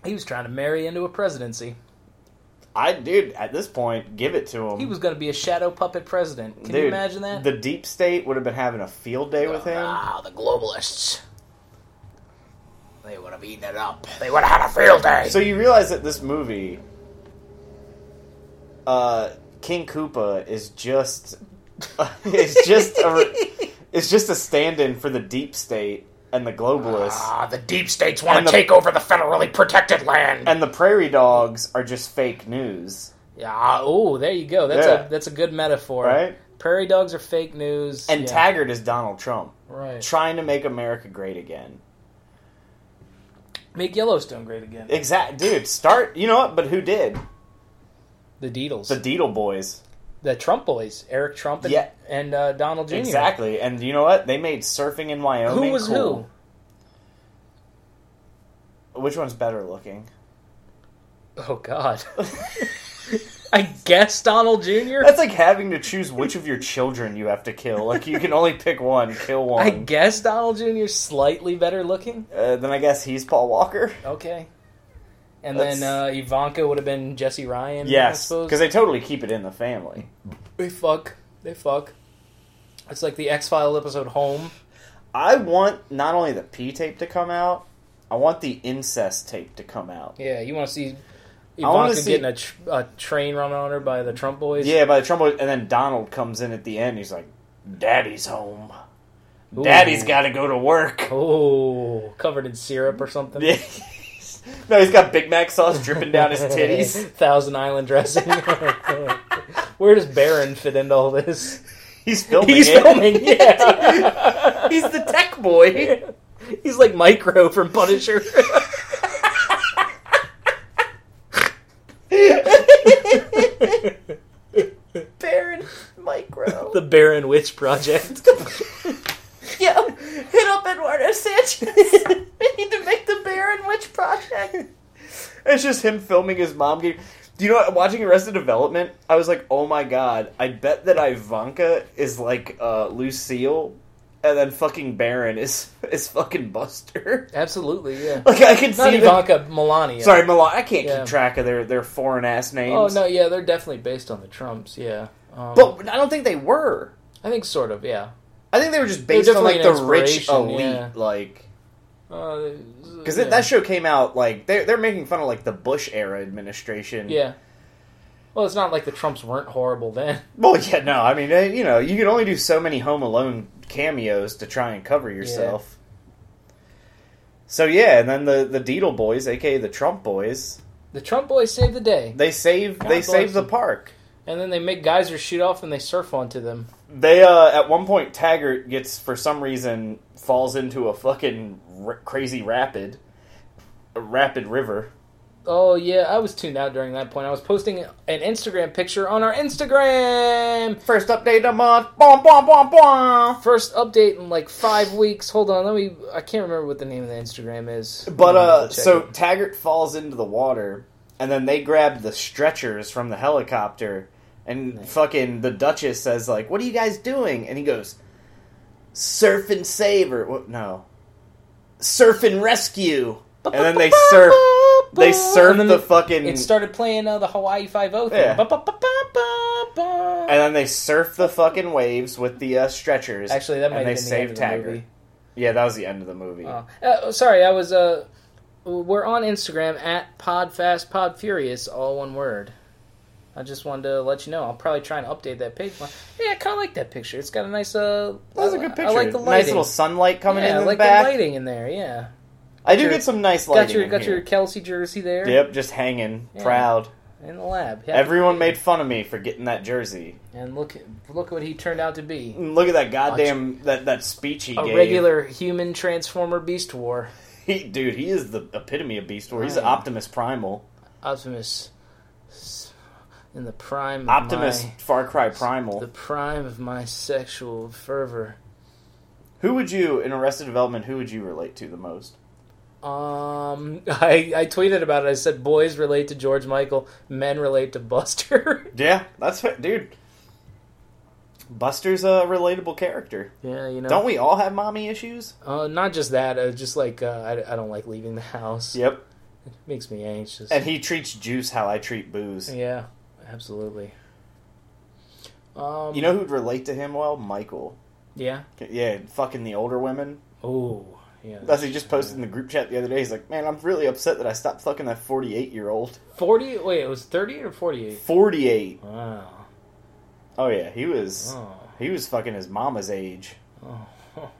A: He was trying to marry into a presidency.
B: I, dude, at this point, give it to him.
A: He was going to be a shadow puppet president. Can
B: Dude,
A: you imagine that?
B: The deep state would have been having a field day with him.
A: Ah, the globalists. They would have eaten it up. They would have had a field day.
B: So you realize that this movie, uh, King Koopa is just, it's just a, it's just a stand-in for the deep state and the globalists.
A: Ah, the deep states
B: And
A: want
B: the-
A: to take over the federally protected land.
B: and the prairie dogs are just fake news,
A: Yeah. Oh, there you go. That's
B: Yeah.
A: a that's a good metaphor.
B: right?
A: Prairie dogs are fake news.
B: And
A: yeah,
B: Taggart is Donald Trump,
A: right.
B: trying to make America great again.
A: Make Yellowstone great again.
B: Exact, dude. Start, you know what? But who did
A: The Deedles.
B: the Deedle Boys?
A: the Trump boys, Eric Trump and,
B: Yeah.
A: and uh, Donald Jr.
B: Exactly, and you know what? They made surfing in Wyoming.
A: Who was
B: cool. Which one's better looking?
A: who? Oh God. I guess Donald Jr.
B: That's like having to choose which of your children you have to kill. Like you can only pick one. Kill one.
A: I guess Donald Jr. slightly better looking.
B: uh, then I guess he's Paul Walker.
A: Okay. And
B: That's-
A: then uh, Ivanka would have been Jesse Ryan. I
B: Yes,
A: suppose.
B: because they totally keep it in the family.
A: they fuck. They fuck. It's like the X File episode Home.
B: I want not only the P tape to come out, I want the incest tape to come out.
A: Yeah, you want to see
B: I wanna
A: Ivanka
B: see-
A: getting a, tr- a train run on her by the Trump boys.
B: Yeah, by the Trump, and then Donald comes in at the end. He's like, "Daddy's home,"
A: Ooh.
B: Daddy's got to go to work.
A: Oh, covered in syrup or something.
B: no, he's got Big Mac sauce dripping down his titties.
A: Thousand Island dressing. Where does Baron fit into all this?
B: He's filming.
A: He's
B: it.
A: filming, yeah.
B: he's the tech boy.
A: He's like Micro from Punisher.
B: Baron Micro.
A: the Baron Witch Project.
B: Yo, hit up Eduardo Sanchez. we need to make the Baron Witch Project. It's just him filming his mom getting. Do you know what? Watching Arrested Development, I was like, oh my god, I bet that Ivanka is like uh, Lucille, and then fucking Baron is is fucking Buster.
A: Absolutely, yeah.
B: Like I can
A: Not
B: see them-
A: Ivanka, Melania.
B: Sorry, Milan. I can't
A: Yeah.
B: keep track of their their foreign ass names.
A: Oh no, yeah, they're definitely based on the Trumps. Yeah, um,
B: But I don't think they were.
A: I think sort of. Yeah,
B: I think they were just
A: They're
B: based on like the
A: definitely an
B: rich
A: inspiration,
B: elite,
A: yeah.
B: like. Because
A: because
B: that show came out like they're they're making fun of like the Bush era administration.
A: yeah. Well, it's not like the Trumps weren't horrible then.
B: Well, yeah, no, I mean, eh, you know, you can only do so many Home Alone cameos to try and cover yourself. So yeah, and then the the Deedle boys, aka the Trump boys,
A: The Trump boys save the day,
B: they save
A: God
B: they
A: bless
B: save the
A: them.
B: park.
A: and then they make geysers shoot off and they surf onto them.
B: They uh, at one point Taggart gets for some reason falls into a fucking r- crazy rapid, a rapid river.
A: Oh yeah, I was tuned out during that point. I was posting an Instagram picture on our Instagram.
B: First update a month. Bom bom bom bom.
A: First update in like five weeks. Hold on, let me. I can't remember what the name of the Instagram is.
B: But
A: I'll
B: uh,
A: have to check
B: so
A: it.
B: Taggart falls into the water, and then they grab the stretchers from the helicopter, and fucking the Duchess says like, "What are you guys doing?" And he goes, "Surf and save," or what? No, surf and rescue. And then they surf, they surf
A: And then
B: the
A: it-
B: fucking,
A: It started playing uh, the Hawaii Five O thing.
B: Yeah.
A: Ba-ba-ba-ba-ba.
B: and then they surf the fucking waves with the uh, stretchers.
A: Actually, that might
B: and
A: have
B: they
A: been the
B: save
A: end of the
B: Taggart.
A: movie.
B: Yeah, that was the end of the movie.
A: Oh. Uh, sorry, I was. Uh, we're on Instagram at Podfast Podfurious, all one word. I just wanted to let you know. I'll probably try and update that page. more. Yeah, I kind of like that picture. It's got a nice. Uh,
B: that was a good picture.
A: I like the lighting.
B: Nice little sunlight coming
A: yeah,
B: in
A: I
B: the
A: like
B: back.
A: the lighting in there. Yeah,
B: I do
A: Your-
B: get some nice lighting.
A: got your
B: in
A: got
B: here.
A: your Kelsey jersey there.
B: Yep, just hanging,
A: Yeah.
B: proud.
A: In the lab. Yeah.
B: Everyone made fun of me for getting that jersey.
A: And look look what he turned out to be.
B: And Look at that goddamn that that speech he
A: a
B: gave.
A: regular human transformer beast war.
B: He, dude, he is the epitome of Beast War. He's
A: Right.
B: Optimus Primal.
A: Optimus s- in the prime of
B: Optimus
A: my-
B: Far Cry Primal.
A: the prime of my sexual fervor.
B: who would you in Arrested Development? Who would you relate to the most?
A: Um, I, I tweeted about it. I said, "Boys relate to George Michael, men relate to Buster."
B: Yeah, that's what, dude. Buster's a relatable character.
A: yeah, you know,
B: Don't we all have mommy issues?
A: Uh, not just that. Uh, just like uh, I, I don't like leaving the house.
B: Yep.
A: makes me anxious.
B: And he treats juice how I treat booze.
A: yeah, absolutely. Um,
B: You know who'd relate to him well? Michael.
A: yeah.
B: Yeah, fucking the older women.
A: Oh, yeah.
B: That's he just posted in the group chat the other day. He's like, "Man, I'm really upset that I stopped fucking that 48 year old."
A: forty. Wait, it was thirty or forty-eight.
B: 48.
A: Wow.
B: Oh yeah, he was
A: Oh.
B: he was fucking his mama's age.
A: Oh.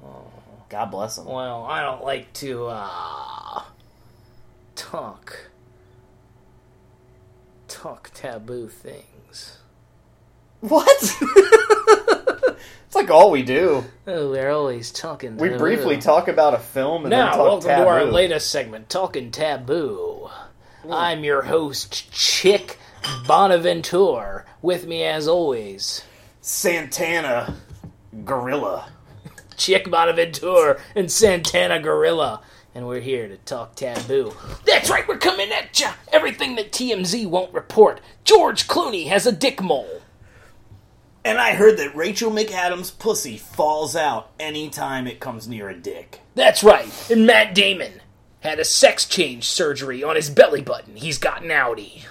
B: God bless him.
A: Well, I don't like to uh, talk talk taboo things.
B: What? it's like all we do.
A: Oh, we're always talking.
B: We
A: taboo.
B: briefly talk about a film and then
A: Now,
B: talk
A: welcome
B: taboo. Hmm.
A: to our latest segment, talking taboo. I'm your host, Chick Bonaventure. With me, as always,
B: Santana Gorilla.
A: Chick Bonaventure and Santana Gorilla. And we're here to talk taboo. That's right, we're coming at ya! Everything that TMZ won't report. George Clooney has a dick mole.
B: And I heard that Rachel McAdams' pussy falls out anytime it comes near a dick.
A: That's right, and Matt Damon had a sex change surgery on his belly button. He's got an outie.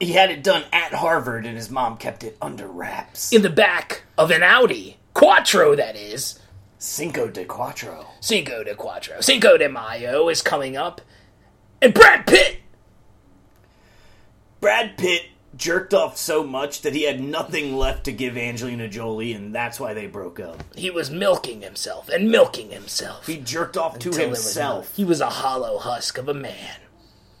B: He had it done at Harvard, and his mom kept it under wraps.
A: In the back of an Audi. Quattro, that is.
B: Cinco de Cuatro.
A: Cinco de Cuatro. Cinco de Mayo is coming up. And Brad Pitt!
B: Brad Pitt
D: jerked off so much that he had nothing left to give Angelina Jolie, and that's why they broke up.
A: He was milking himself and milking himself.
D: He jerked off to
A: until there was
D: himself,
A: no- he was a hollow husk of a man.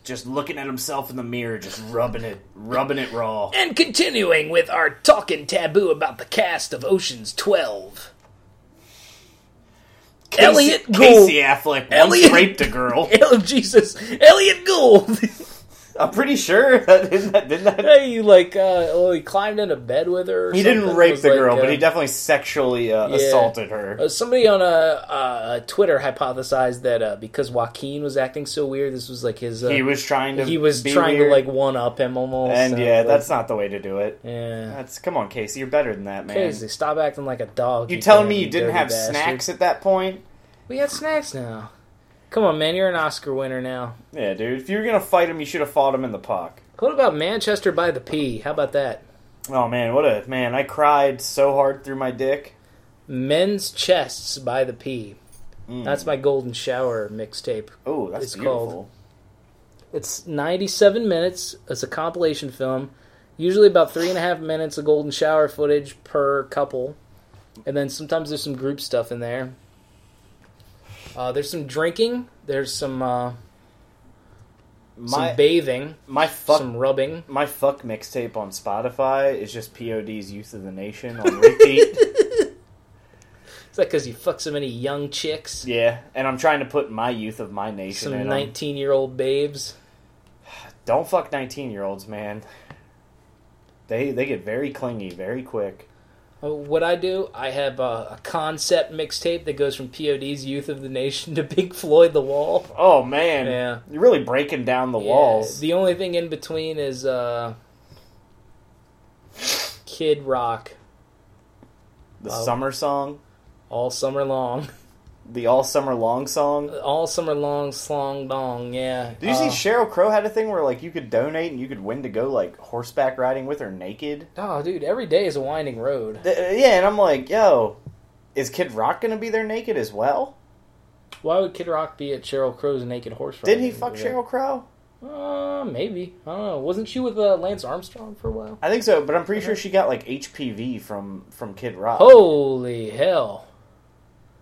D: just looking at himself in the mirror, just rubbing it, rubbing it raw.
A: And continuing with our talking taboo about the cast of Ocean's 12. Elliot
D: Casey,
A: Gould.
D: Casey Affleck
A: Elliot-
D: once raped a girl.
A: Oh, Jesus. Elliot Gould.
B: I'm pretty sure that didn't that, didn't that
A: hey, like, uh, oh, he climbed into bed with her. or
B: he didn't
A: something.
B: rape
A: Was
B: the
A: like,
B: girl,
A: uh,
B: but he definitely sexually uh, assaulted her.
A: Uh, somebody on a uh, Twitter hypothesized that uh, because Joaquin was acting so weird, this was like his. Uh,
B: He was trying to
A: he was
B: be
A: trying
B: weird,
A: to like one up him almost.
B: and yeah,
A: like,
B: that's not the way to do it.
A: yeah.
B: That's come on, Casey, you're better than that, man.
A: Crazy. Stop acting like a dog.
B: You telling me
A: damn
B: you didn't
A: dirty
B: have
A: bastard.
B: snacks at that point?
A: We had snacks now. Come on, man. You're an Oscar winner now.
B: Yeah, dude. If you were gonna fight him, you should have fought him in the park.
A: What about Manchester by the P? How about that?
B: Oh man, what a man! I cried so hard through my dick.
A: Men's Chests by the P.
B: Mm.
A: That's my Golden Shower mixtape.
B: Oh, that's
A: It's
B: beautiful.
A: called- It's 97 minutes. It's a compilation film. Usually about three and a half minutes of golden shower footage per couple. And then sometimes there's some group stuff in there. Uh, there's some drinking. There's some, uh,
B: My
A: some bathing.
B: my fuck
A: Some rubbing.
B: my fuck mixtape on Spotify is just Pod's "Youth of the Nation" on repeat.
A: Is that because you fuck so many young chicks?
B: yeah, and I'm trying to put my youth of my nation.
A: Some
B: in 'em.
A: 19 year old babes.
B: Don't fuck 19 year olds, man. They they get very clingy very quick.
A: Uh, What I do, I have a, a concept mixtape that goes from POD's Youth of the Nation to Pink Floyd The Wall.
B: Oh man,
A: Yeah.
B: you're really breaking down the
A: Yeah,
B: walls.
A: The only thing in between is uh Kid Rock
B: The
A: Wow.
B: summer song,
A: all summer long.
B: the all summer long song.
A: All summer long slong dong, yeah.
B: Did you
A: Uh,
B: see Cheryl Crow had a thing where like you could donate and you could win to go like horseback riding with her naked?
A: Oh dude, every day is a winding road.
B: Th- uh, yeah, and I'm like, yo, is Kid Rock gonna be there naked as well?
A: Why would Kid Rock be at Cheryl Crow's naked horse ride?
B: Didn't he fuck Cheryl Crow?
A: Uh maybe. I don't know. Wasn't she with uh, Lance Armstrong for a while?
B: I think so, but I'm pretty sure she got like HPV from from Kid Rock.
A: Holy hell.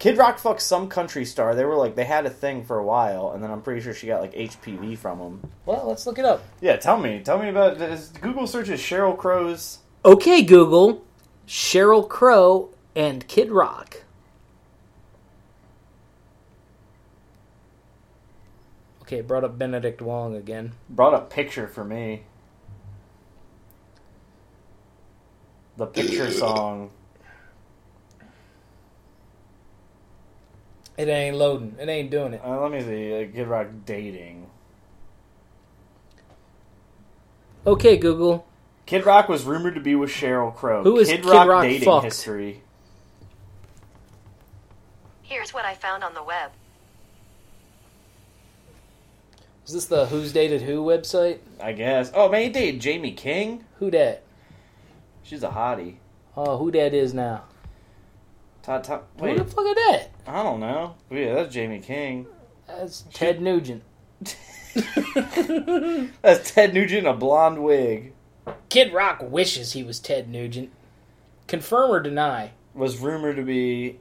B: Kid Rock fucked some country star. They were like they had a thing for a while, and then I'm pretty sure she got like HPV from him.
A: Well, let's look it up.
B: Yeah, tell me, tell me about this. Google searches Cheryl Crow's.
A: Okay, Google, Cheryl Crow and Kid Rock. Okay, it brought up Benedict Wong again.
B: Brought up picture for me. The picture song.
A: It ain't loading. It ain't doing it.
B: Uh, let me see. Uh, Kid Rock dating.
A: Okay, Google.
B: Kid Rock was rumored to be with Cheryl Crow.
A: Who is
B: Kid,
A: Kid
B: Rock,
A: Rock
B: dating
A: fucked?
B: history?
E: Here's what I found on the web.
A: Is this the Who's Dated Who website?
B: I guess. Oh man, he dated Jamie King.
A: Who dat?
B: She's a hottie.
A: Oh, who dat is now?
B: Todd, Todd,
A: Who
B: wait,
A: the fuck is that?
B: I don't know. Yeah, that's Jamie King.
A: That's Ted Nugent.
B: That's Ted Nugent in a blonde wig.
A: Kid Rock wishes he was Ted Nugent. Confirm or deny?
B: was rumored to be,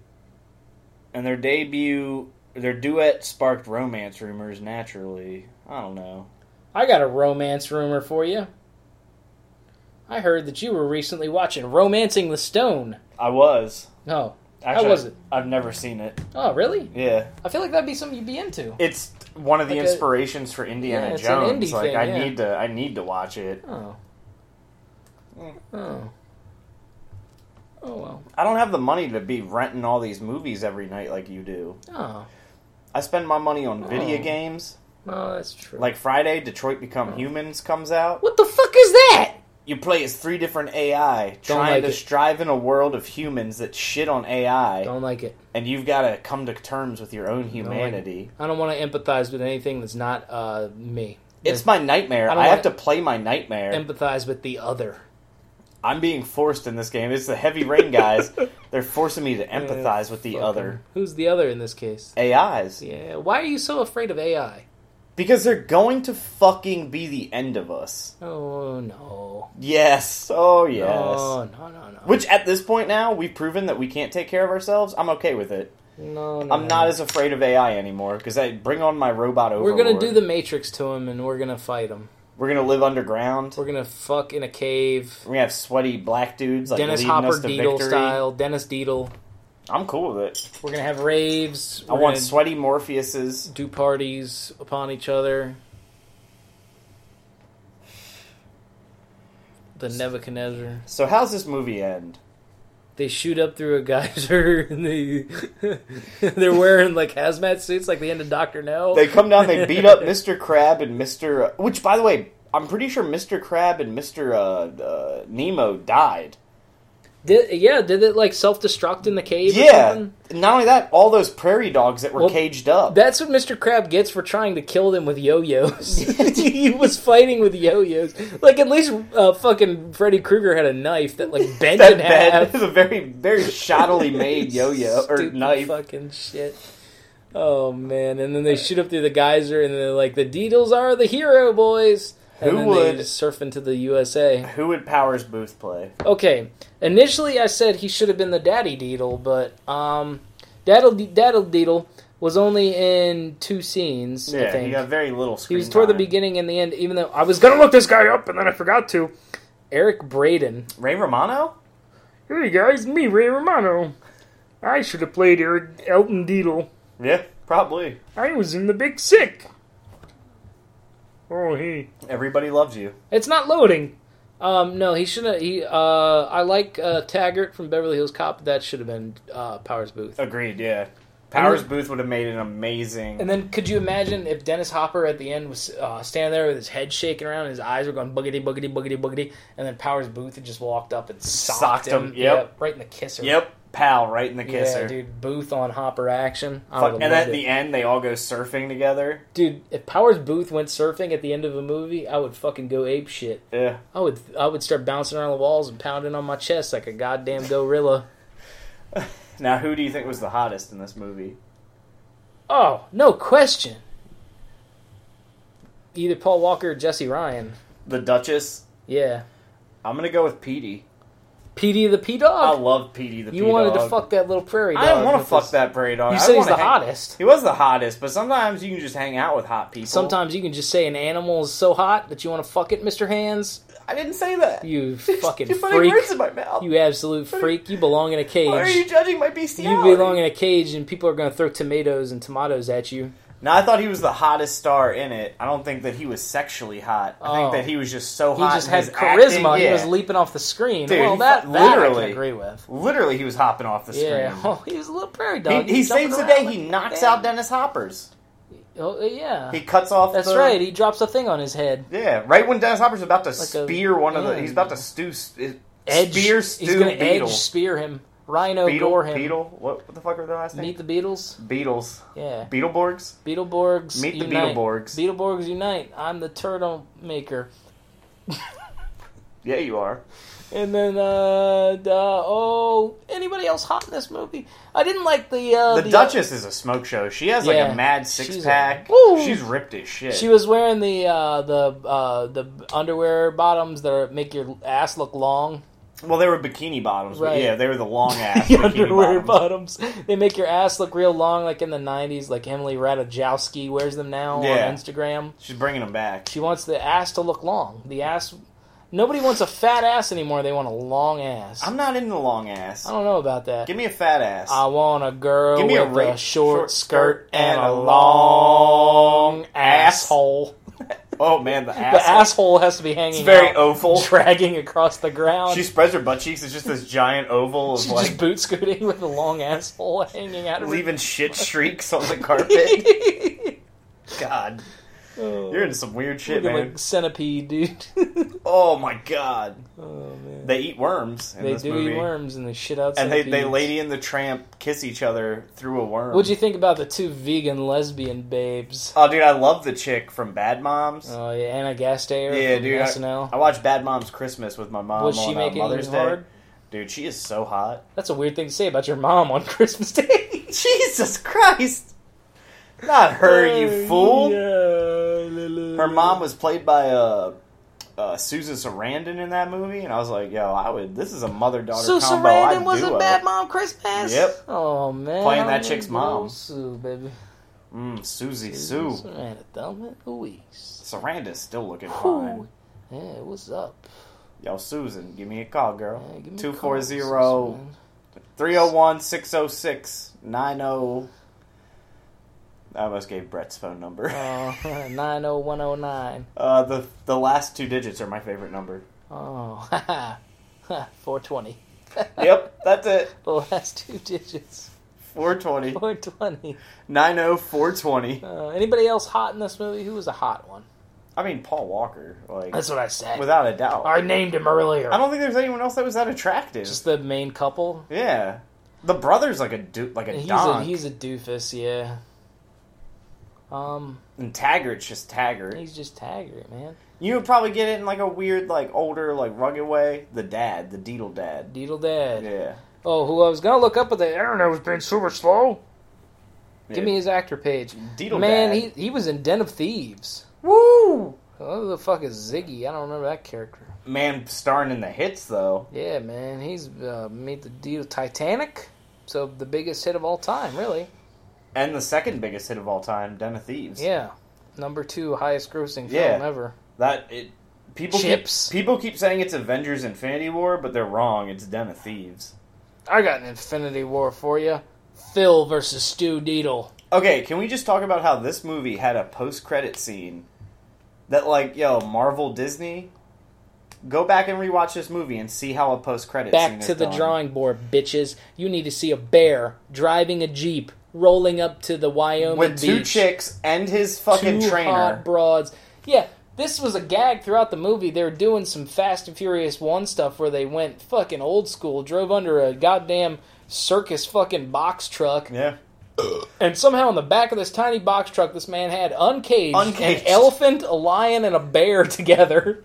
B: and their debut, their duet sparked romance rumors naturally. I don't know.
A: I got a romance rumor for you. I heard that you were recently watching Romancing the Stone.
B: I was.
A: No.
B: Actually,
A: was it?
B: I've never seen it.
A: Oh, really?
B: Yeah,
A: I feel like that'd be something you'd be into.
B: it's one of the
A: Like a-
B: inspirations for Indiana
A: Yeah, it's an
B: Jones.
A: indie
B: like
A: thing,
B: I
A: yeah.
B: need to, I need to watch it.
A: Oh. Oh. Oh, well.
B: I don't have the money to be renting all these movies every night like you do.
A: Oh.
B: I spend my money on video
A: Oh.
B: games.
A: Well, that's true.
B: Like Friday, Detroit Become Humans comes out.
A: what the fuck is that?
B: You play as three different AI,
A: Don't
B: trying
A: like
B: to
A: it.
B: strive in a world of humans that shit on AI.
A: Don't like it.
B: and you've got to come to terms with your own humanity.
A: I don't want to empathize with anything that's not uh, me.
B: It's my nightmare.
A: I
B: I,
A: don't
B: have to
A: wanna-
B: play my nightmare.
A: Empathize with the other.
B: I'm being forced in this game. It's the heavy rain guys. They're forcing me to empathize with the other
A: Who's the other in this case?
B: AIs.
A: Yeah. Why are you so afraid of AI?
B: Because they're going to fucking be the end of us.
A: Oh no.
B: Yes. Oh, yes.
A: Oh no no no.
B: Which at this point now, we've proven that we can't take care of ourselves. I'm okay with it.
A: No no.
B: I'm not as afraid of AI anymore because I bring on my robot over.
A: We're gonna do the Matrix to him, and we're gonna fight him.
B: We're gonna live underground. We're
A: We're gonna fuck in a cave,
B: gonna have sweaty black dudes like
A: Dennis
B: leading
A: Hopper
B: us to
A: Deedle
B: victory.
A: style. Dennis Deedle.
B: I'm cool with it.
A: We're gonna have raves.
B: I
A: We're
B: want
A: gonna
B: sweaty Morpheuses.
A: do parties upon each other. The Nebuchadnezzar.
B: So how's this movie end?
A: They shoot up through a geyser and they they're wearing like hazmat suits like the end of Doctor No.
B: They come down, they beat up Mr. Crab and Mr. Which, by the way, I'm pretty sure Mr. Crab and Mr. Uh, uh, Nemo died.
A: Did, yeah, did it like self destruct in the cave? or
B: Yeah.
A: something?
B: Not only that, all those prairie dogs that were
A: Well,
B: caged up.
A: That's what Mr. Crab gets for trying to kill them with yo-yos. he was fighting with yo-yos. Like at least uh, fucking Freddy Krueger had a knife that like bent
B: that
A: in
B: bed
A: half.
B: is a very, very shoddily made yo-yo or
A: Stupid
B: knife.
A: Fucking shit. Oh man! And then they shoot up through the geyser, and they're like, "The Deedles are the hero, boys." And
B: Who
A: then
B: would-
A: they just surf into the USA?
B: Who would Powers Booth play?
A: Okay. Initially, I said he should have been the Daddy Deedle, but um, Daddle Daddle Deedle was only in two scenes. I
B: Yeah,
A: think.
B: he got very little
A: He
B: screen.
A: was toward the
B: time.
A: beginning and the end, even though I was gonna look this guy up and then I forgot to. Eric Braden.
B: Ray Romano?
A: Hey guys, me Ray Romano. I should have played Eric Elton Deedle.
B: Yeah, probably.
A: I was in the big sick. Oh hey.
B: Everybody loves you.
A: It's not loading. Um, no, he should have. He, uh, I like uh, Taggart from Beverly Hills Cop. That should have been uh, Powers Booth.
B: Agreed. Yeah, Powers
A: then-
B: Booth would have made an amazing.
A: And then, could you imagine if Dennis Hopper at the end was uh, standing there with his head shaking around, and his eyes were going boogity, boogity, boogity, boogity, and then Powers Booth had just walked up and socked,
B: Socked
A: him,
B: him, yep.
A: right in the kisser.
B: yep, pal, right in the
A: yeah,
B: kisser.
A: dude, Booth on Hopper action. I
B: Fuck,
A: would have
B: and at
A: loved it.
B: the end, they all go surfing together.
A: dude, if Powers Booth went surfing at the end of a movie, I would fucking go ape shit.
B: Yeah.
A: I would, I would start bouncing around the walls and pounding on my chest like a goddamn gorilla.
B: Now, who do you think was the hottest in this movie?
A: Oh, no question. Either Paul Walker or Jesse Ryan.
B: The Duchess.
A: Yeah.
B: I'm gonna go with Petey.
A: Petey the P
B: I
A: Dog.
B: love Petey the.
A: You
B: P
A: wanted to
B: dog.
A: fuck that little prairie dog.
B: I don't want to
A: with
B: fuck
A: this-
B: that prairie dog.
A: You
B: I
A: said he's
B: wanna
A: the
B: hang-
A: hottest.
B: He was the hottest, but sometimes you can just hang out with hot people.
A: Sometimes you can just say an animal is so hot that you want to fuck it, Mr. Hands.
B: I didn't say that.
A: You
B: You're
A: fucking
B: putting
A: freak.
B: words in my mouth.
A: You absolute freak. You belong in a
B: Why are you
A: cage.
B: judging my
A: You
B: bestiality?
A: belong in a cage, and people are going to throw tomatoes and tomatoes at you.
B: Now I thought he was the hottest star in it. I don't think that he was sexually hot. I
A: Oh.
B: think that he was just so
A: He
B: hot.
A: just
B: in
A: had
B: his
A: charisma.
B: acting,
A: He was
B: yeah.
A: leaping off the screen.
B: Dude,
A: well,
B: he
A: that,
B: fu-
A: that I can
B: literally.
A: agree with.
B: literally he was hopping off the screen.
A: Yeah. Oh, he was a little prairie dog.
B: He, he
A: was jumping
B: saves the
A: around
B: day.
A: like
B: He
A: a
B: knocks
A: goddamn-
B: out Dennis Hopper's.
A: Oh, yeah.
B: He cuts off.
A: That's
B: the-
A: right. He drops a thing on his head.
B: Yeah, right when Dennis Hopper's about to
A: a-
B: spear one of the,
A: yeah.
B: he's about to stew, eh, spear
A: Edge.
B: stew
A: he's going to
B: beetle.
A: edge spear him. Rhino
B: beetle,
A: gore him.
B: beetle. What, what the fuck are their last
A: Meet
B: names?
A: the Beatles.
B: Beetles,
A: Yeah.
B: Beetleborgs.
A: Beetleborgs.
B: Meet the
A: unite.
B: Beetleborgs.
A: Beetleborgs unite. I'm the turtle maker.
B: Yeah, you are.
A: And then, uh, the- oh, anybody else hot in this movie? I didn't like the uh,
B: The,
A: the-
B: Duchess is a smoke show. She has like
A: Yeah.
B: a mad six
A: She's a-
B: pack.
A: Woo!
B: She's ripped as shit.
A: She was wearing the uh, the uh, the underwear bottoms that are, make your ass look long.
B: Well, they were bikini bottoms, but
A: Right.
B: yeah, they were the long ass
A: the
B: bikini
A: underwear
B: bottoms.
A: bottoms. They make your ass look real long, like in the '90s. Like Emily Ratajkowski wears them now
B: Yeah.
A: on Instagram.
B: She's bringing them back.
A: She wants the ass to look long. The ass. Nobody wants a fat ass anymore. They want a long ass.
B: I'm not into the long ass.
A: I don't know about that.
B: Give me a fat ass.
A: I want a girl
B: Give me a
A: with a,
B: rape-
A: short,
B: short
A: skirt
B: skirt
A: and
B: and
A: a
B: a
A: long
B: ass.
A: asshole.
B: oh man, the ass.
A: The asshole has to be hanging
B: It's very
A: out,
B: oval.
A: dragging across the ground.
B: She spreads her butt cheeks. It's just this giant oval of
A: She's
B: like
A: just boot scooting with a long asshole hanging out of her.
B: leaving shit streaks on the carpet. God,
A: Oh,
B: you're into some weird shit,
A: looking
B: man.
A: like centipede, dude.
B: Oh my god,
A: oh man,
B: they eat worms in
A: they
B: this
A: do
B: movie,
A: eat worms and they shit out.
B: and they they
A: centipedes.
B: Lady and the Tramp kiss each other through a worm.
A: What'd you think about the two vegan lesbian babes?
B: Oh, dude, I love the chick from Bad Moms.
A: Oh yeah, Anna Gasteyer
B: yeah,
A: from
B: dude, I,
A: SNL.
B: I watched Bad Moms Christmas with my mom
A: Was
B: on
A: she
B: uh,
A: making
B: Mother's
A: it
B: Day.
A: hard?
B: Dude, she is so hot.
A: That's a weird thing to say about your mom on Christmas Day.
B: Jesus Christ! Not her, you fool.
A: Yeah.
B: Her mom was played by uh, uh, Susan Sarandon in that movie, and I was like, "Yo, I would. This is a mother daughter
A: Sue
B: combo.
A: Sarandon
B: I'd
A: was
B: do
A: a bad mom Christmas.
B: Yep.
A: Oh man,
B: Playing
A: I
B: that
A: wanna
B: chick's
A: get
B: mom.
A: old Sue, baby.
B: Mm, Susie Sue.
A: Sarandon, Thelma and Louise.
B: Sarandon's still looking
A: Whew.
B: fine.
A: Yeah, what's up?
B: Yo, Susan, give me a call, girl.
A: Yeah, give me a call, Susan,
B: 240
A: man.
B: 301 606 90. oh. I almost gave Brett's phone number.
A: Uh, 90109.
B: Uh, the the last two digits are my favorite number.
A: Oh, haha. 420.
B: Yep, that's it.
A: The last two digits.
B: 420
A: 420.
B: 90 420.
A: Uh, anybody else hot in this movie? Who was a hot one?
B: I mean, Paul Walker, like,
A: That's what I said.
B: without a doubt.
A: I named him earlier.
B: I don't think there's anyone else that was that attractive.
A: Just the main couple.
B: yeah. The brother's like a du- like a
A: He's a,
B: don.
A: he's a doofus, yeah. Um,
B: and Taggart's just Taggart.
A: he's just Taggart, man.
B: You would probably get it in like a weird, like older, like rugged way. The dad, the Deedle dad.
A: Deedle Dad.
B: Yeah.
A: Oh, who I was gonna look up, but the internet was being super slow. Give me his actor page.
B: Deedle
A: man,
B: Dad.
A: he he was in Den of Thieves.
B: Woo!
A: Who the fuck is Ziggy? I don't remember that character.
B: Man, starring in the hits though.
A: Yeah, man, he's uh, made the deal Titanic, so the biggest hit of all time, really.
B: And the second biggest hit of all time, Den of Thieves.
A: Yeah, number two highest grossing film
B: Yeah.
A: ever.
B: That it people
A: Chips.
B: Keep, people keep saying it's Avengers Infinity War, but they're wrong. It's Den of Thieves.
A: I got an Infinity War for you. Phil versus Stu Deedle.
B: Okay, can we just talk about how this movie had a post credit scene that like, yo, Marvel Disney Go back and rewatch this movie and see how a post credit scene
A: Back
B: is
A: to the
B: done.
A: drawing board, bitches. You need to see a bear driving a jeep rolling up to the Wyoming
B: with two
A: beach.
B: chicks and his fucking
A: two
B: trainer.
A: hot broads. Yeah, this was a gag throughout the movie. They were doing some Fast and Furious One stuff where they went fucking old school, drove under a goddamn circus fucking box truck,
B: yeah.
A: and somehow in the back of this tiny box truck, this man had uncaged,
B: Uncaged.
A: an elephant, a lion, and a bear together,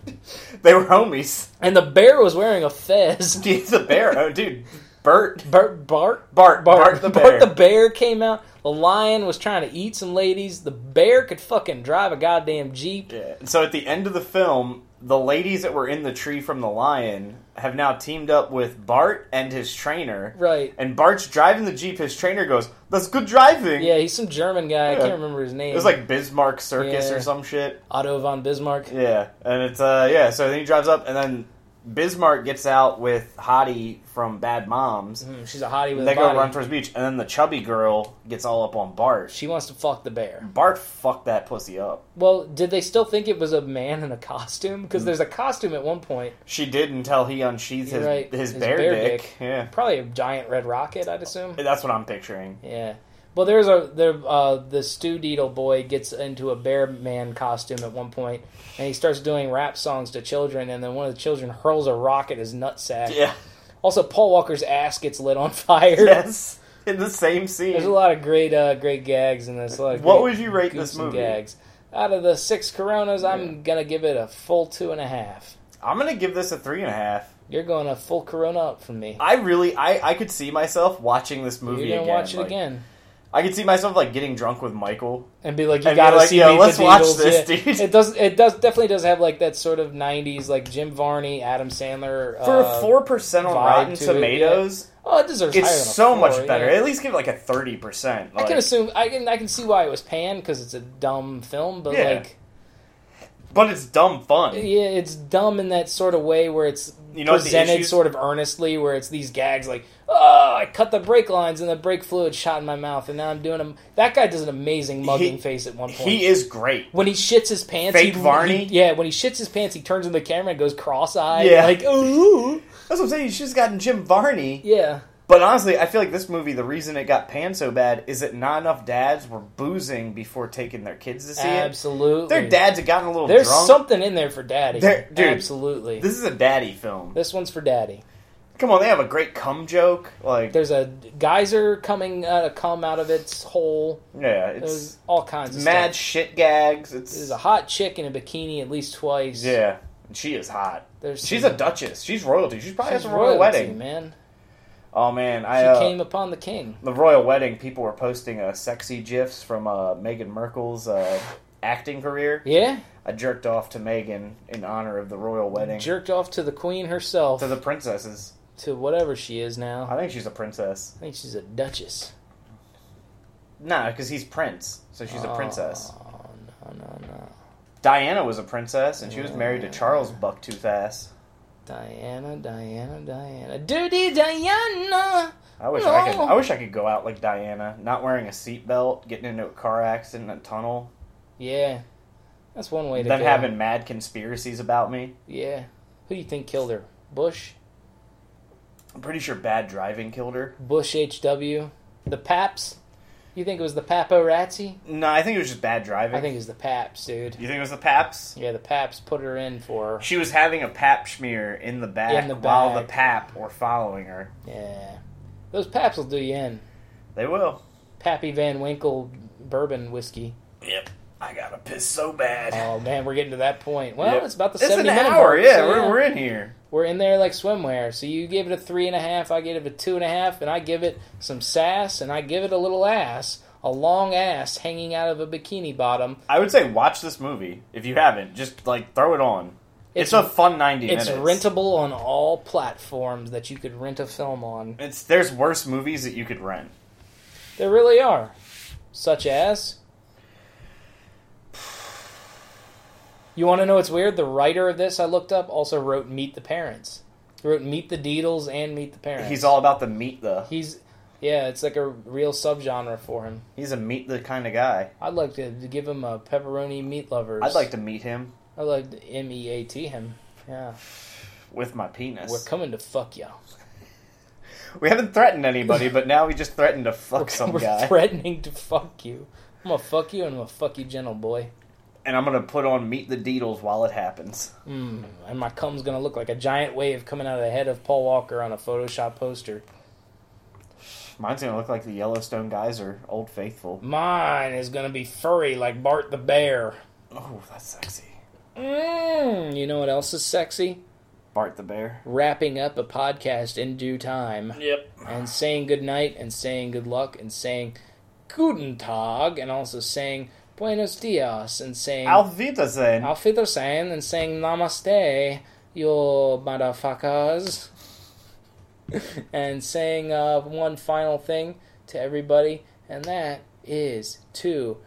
B: They were homies.
A: and the bear was wearing a fez.
B: He's a bear. Oh, dude. Bert.
A: Bart, Bart,
B: Bart. Bart, the bear.
A: the bear came out. The lion was trying to eat some ladies. The bear could fucking drive a goddamn jeep.
B: Yeah. So at the end of the film, the ladies that were in the tree from the lion have now teamed up with Bart and his trainer.
A: Right.
B: And Bart's driving the jeep. His trainer goes, "That's good driving."
A: Yeah, he's some German guy. I
B: Yeah.
A: can't remember his name.
B: It was like Bismarck Circus
A: Yeah.
B: or some shit.
A: Otto von Bismarck.
B: Yeah. And it's uh yeah. So then he drives up, and then Bismarck gets out with Hottie from Bad Moms.
A: Mm, She's a hottie with
B: They
A: a
B: go
A: body.
B: run towards the beach, and then the chubby girl gets all up on Bart.
A: she wants to fuck the bear.
B: Bart fucked that pussy up.
A: Well, did they still think it was a man in a costume? Because there's a costume at one point.
B: She did until he unsheathed
A: You're
B: Hmm. his
A: right,
B: his,
A: his
B: bear,
A: bear
B: dick.
A: dick.
B: Yeah,
A: Probably a giant red rocket, I'd assume.
B: that's what I'm picturing.
A: Yeah. Well, there's a there uh, the Stu Deedle boy gets into a bear man costume at one point, and he starts doing rap songs to children, and then one of the children hurls a rock at his nutsack.
B: Yeah.
A: Also, Paul Walker's ass gets lit on fire.
B: Yes. In the same scene.
A: There's a lot of great, uh, great gags in this. A lot of great
B: What would you rate
A: goofs
B: this
A: and
B: movie?
A: Gags. Out of the six Coronas, I'm gonna give it a full two and a half.
B: I'm gonna give this a three and a half.
A: You're going a full Corona up from me.
B: I really, I, I could see myself watching this movie
A: You're gonna
B: again.
A: watch it
B: like,
A: again
B: I could see myself like getting drunk with Michael.
A: and be like, you
B: and be
A: gotta
B: like,
A: see
B: "Yo,
A: Meet
B: let's
A: the
B: watch
A: Beatles."
B: this,
A: Yeah.
B: dude.
A: It does. It does definitely does have like that sort of '90s, like Jim Varney, Adam Sandler.
B: For
A: uh,
B: a four percent on
A: vibe
B: Rotten
A: to it, yeah.
B: Tomatoes,
A: oh, it deserves higher
B: it's
A: than a
B: so much
A: four,
B: better.
A: yeah.
B: At least give it like a thirty percent.
A: I can assume I can I can see why it was panned because it's a dumb film, but
B: Yeah.
A: like
B: but it's dumb fun.
A: Yeah, it's dumb in that sort of way where it's
B: You know what the
A: presented
B: issues-
A: sort of earnestly, where it's these gags like, "Oh, I cut the brake lines and the brake fluid shot in my mouth, and now I'm doing them." That guy does an amazing mugging
B: He-
A: face at one point.
B: He is great.
A: when he shits his pants,
B: Fake
A: he,
B: Varney?
A: he- yeah, when he shits his pants, he turns to the camera and goes cross-eyed,
B: Yeah.
A: like, "Ooh,
B: That's what I'm saying. You should have gotten Jim Varney.
A: yeah."
B: But honestly, I feel like this movie, the reason it got panned so bad is that not enough dads were boozing before taking their kids to see it.
A: Absolutely,
B: Their dads had gotten a little
A: There's
B: drunk.
A: something in there for daddy.
B: There- dude,
A: Absolutely,
B: This is a daddy film.
A: this one's for daddy.
B: Come on, they have a great cum joke. Like,
A: There's a geyser coming uh, come out of its hole.
B: yeah, it's
A: There's all kinds of
B: mad
A: stuff.
B: shit gags. It's
A: There's a hot chick in a bikini at least twice.
B: yeah, and she is hot.
A: There's
B: She's
A: some-
B: a duchess. She's royalty. She's probably
A: she's
B: at the royal
A: royalty,
B: wedding.
A: man.
B: Oh man,
A: She
B: I uh,
A: came upon the king.
B: the royal wedding. People were posting uh, sexy gifs from uh, Meghan Merkel's uh, acting career,
A: Yeah,
B: I jerked off to Megan in honor of the royal wedding
A: jerked off to the queen herself,
B: to the princesses.
A: to whatever she is now.
B: I think she's a princess.
A: I think she's a duchess.
B: Nah, because he's prince, so she's a princess.
A: Oh, no, no, no.
B: Diana was a princess, and she was married to Charles Bucktooth Ass.
A: Diana, Diana, Diana. Dirty Diana!
B: I wish I could.
A: No.
B: I wish I could go out like Diana, not wearing a seatbelt, getting into a car accident in a tunnel,
A: Yeah. That's one way to
B: then
A: go.
B: having mad conspiracies about me.
A: Yeah. Who do you think killed her? Bush?
B: I'm pretty sure bad driving killed her.
A: Bush HW? The Paps? You think it was the Paparazzi?
B: No, I think it was just bad driving.
A: I think it was the Paps, dude.
B: you think it was the Paps?
A: Yeah, the Paps put her in for.
B: She was having a pap smear in the back
A: In the
B: while
A: back.
B: the pap were following her.
A: Yeah. Those Paps will do you in.
B: They will.
A: Pappy Van Winkle bourbon whiskey.
B: Yep. I gotta piss so bad.
A: Oh, man, we're getting to that point. Well,
B: Yep.
A: it's about the
B: it's
A: 70
B: an
A: minute
B: hour.
A: mark,
B: Yeah,
A: so
B: We're, we're in here.
A: We're in there like swimwear. So you give it a three and a half, I give it a two and a half, and I give it some sass, and I give it a little ass, a long ass hanging out of a bikini bottom.
B: I would say watch this movie if you haven't. Just like throw it on. It's, a fun ninety
A: it's
B: minutes.
A: rentable on all platforms that you could rent a film on.
B: It's there's worse movies that you could rent.
A: There really are, such as. You want to know what's weird? The writer of this I looked up also wrote Meet the Parents. He wrote Meet the Deedles and Meet the Parents.
B: He's all about the meat though.
A: He's yeah, it's like a real subgenre for him.
B: He's a meat the kind of guy.
A: I'd like to give him a pepperoni meat lovers.
B: I'd like to meet him
A: I'd like to M E A T him. Yeah,
B: with my
A: we're
B: penis.
A: coming to fuck y'all.
B: We haven't threatened anybody, but now we just threatened to fuck
A: We're,
B: some
A: we're
B: guy.
A: threatening to fuck you. I'm gonna fuck you and I'm gonna fuck you, gentle boy.
B: and I'm gonna put on Meet the Deedles while it happens.
A: Mm, and my cum's gonna look like a giant wave coming out of the head of Paul Walker on a Photoshop poster.
B: Mine's gonna look like the Yellowstone geyser, Old Faithful.
A: Mine is gonna be furry like Bart the Bear.
B: Oh, that's sexy.
A: Mm, you know what else is sexy?
B: Bart the Bear.
A: Wrapping up a podcast in due time.
D: Yep.
A: and saying good night and saying good luck and saying guten tag and also saying buenos dias and saying
B: Auf Wiedersehen.
A: auf Wiedersehen and saying namaste you motherfuckers and saying uh, one final thing to everybody and that is to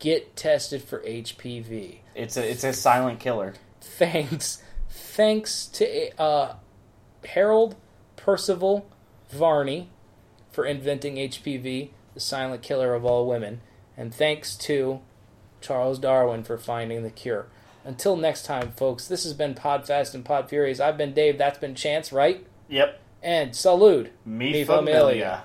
A: get tested for HPV
B: It's a it's a silent killer.
A: thanks thanks to uh, Harold Percival Varney for inventing HPV, the silent killer of all women, and thanks to Charles Darwin for finding the cure. Until next time, folks, this has been Podfast and Pod Furies. I've been Dave, that's been Chance, right?
B: Yep.
A: And salute.
B: Me
A: Mi
B: familia.
A: familia.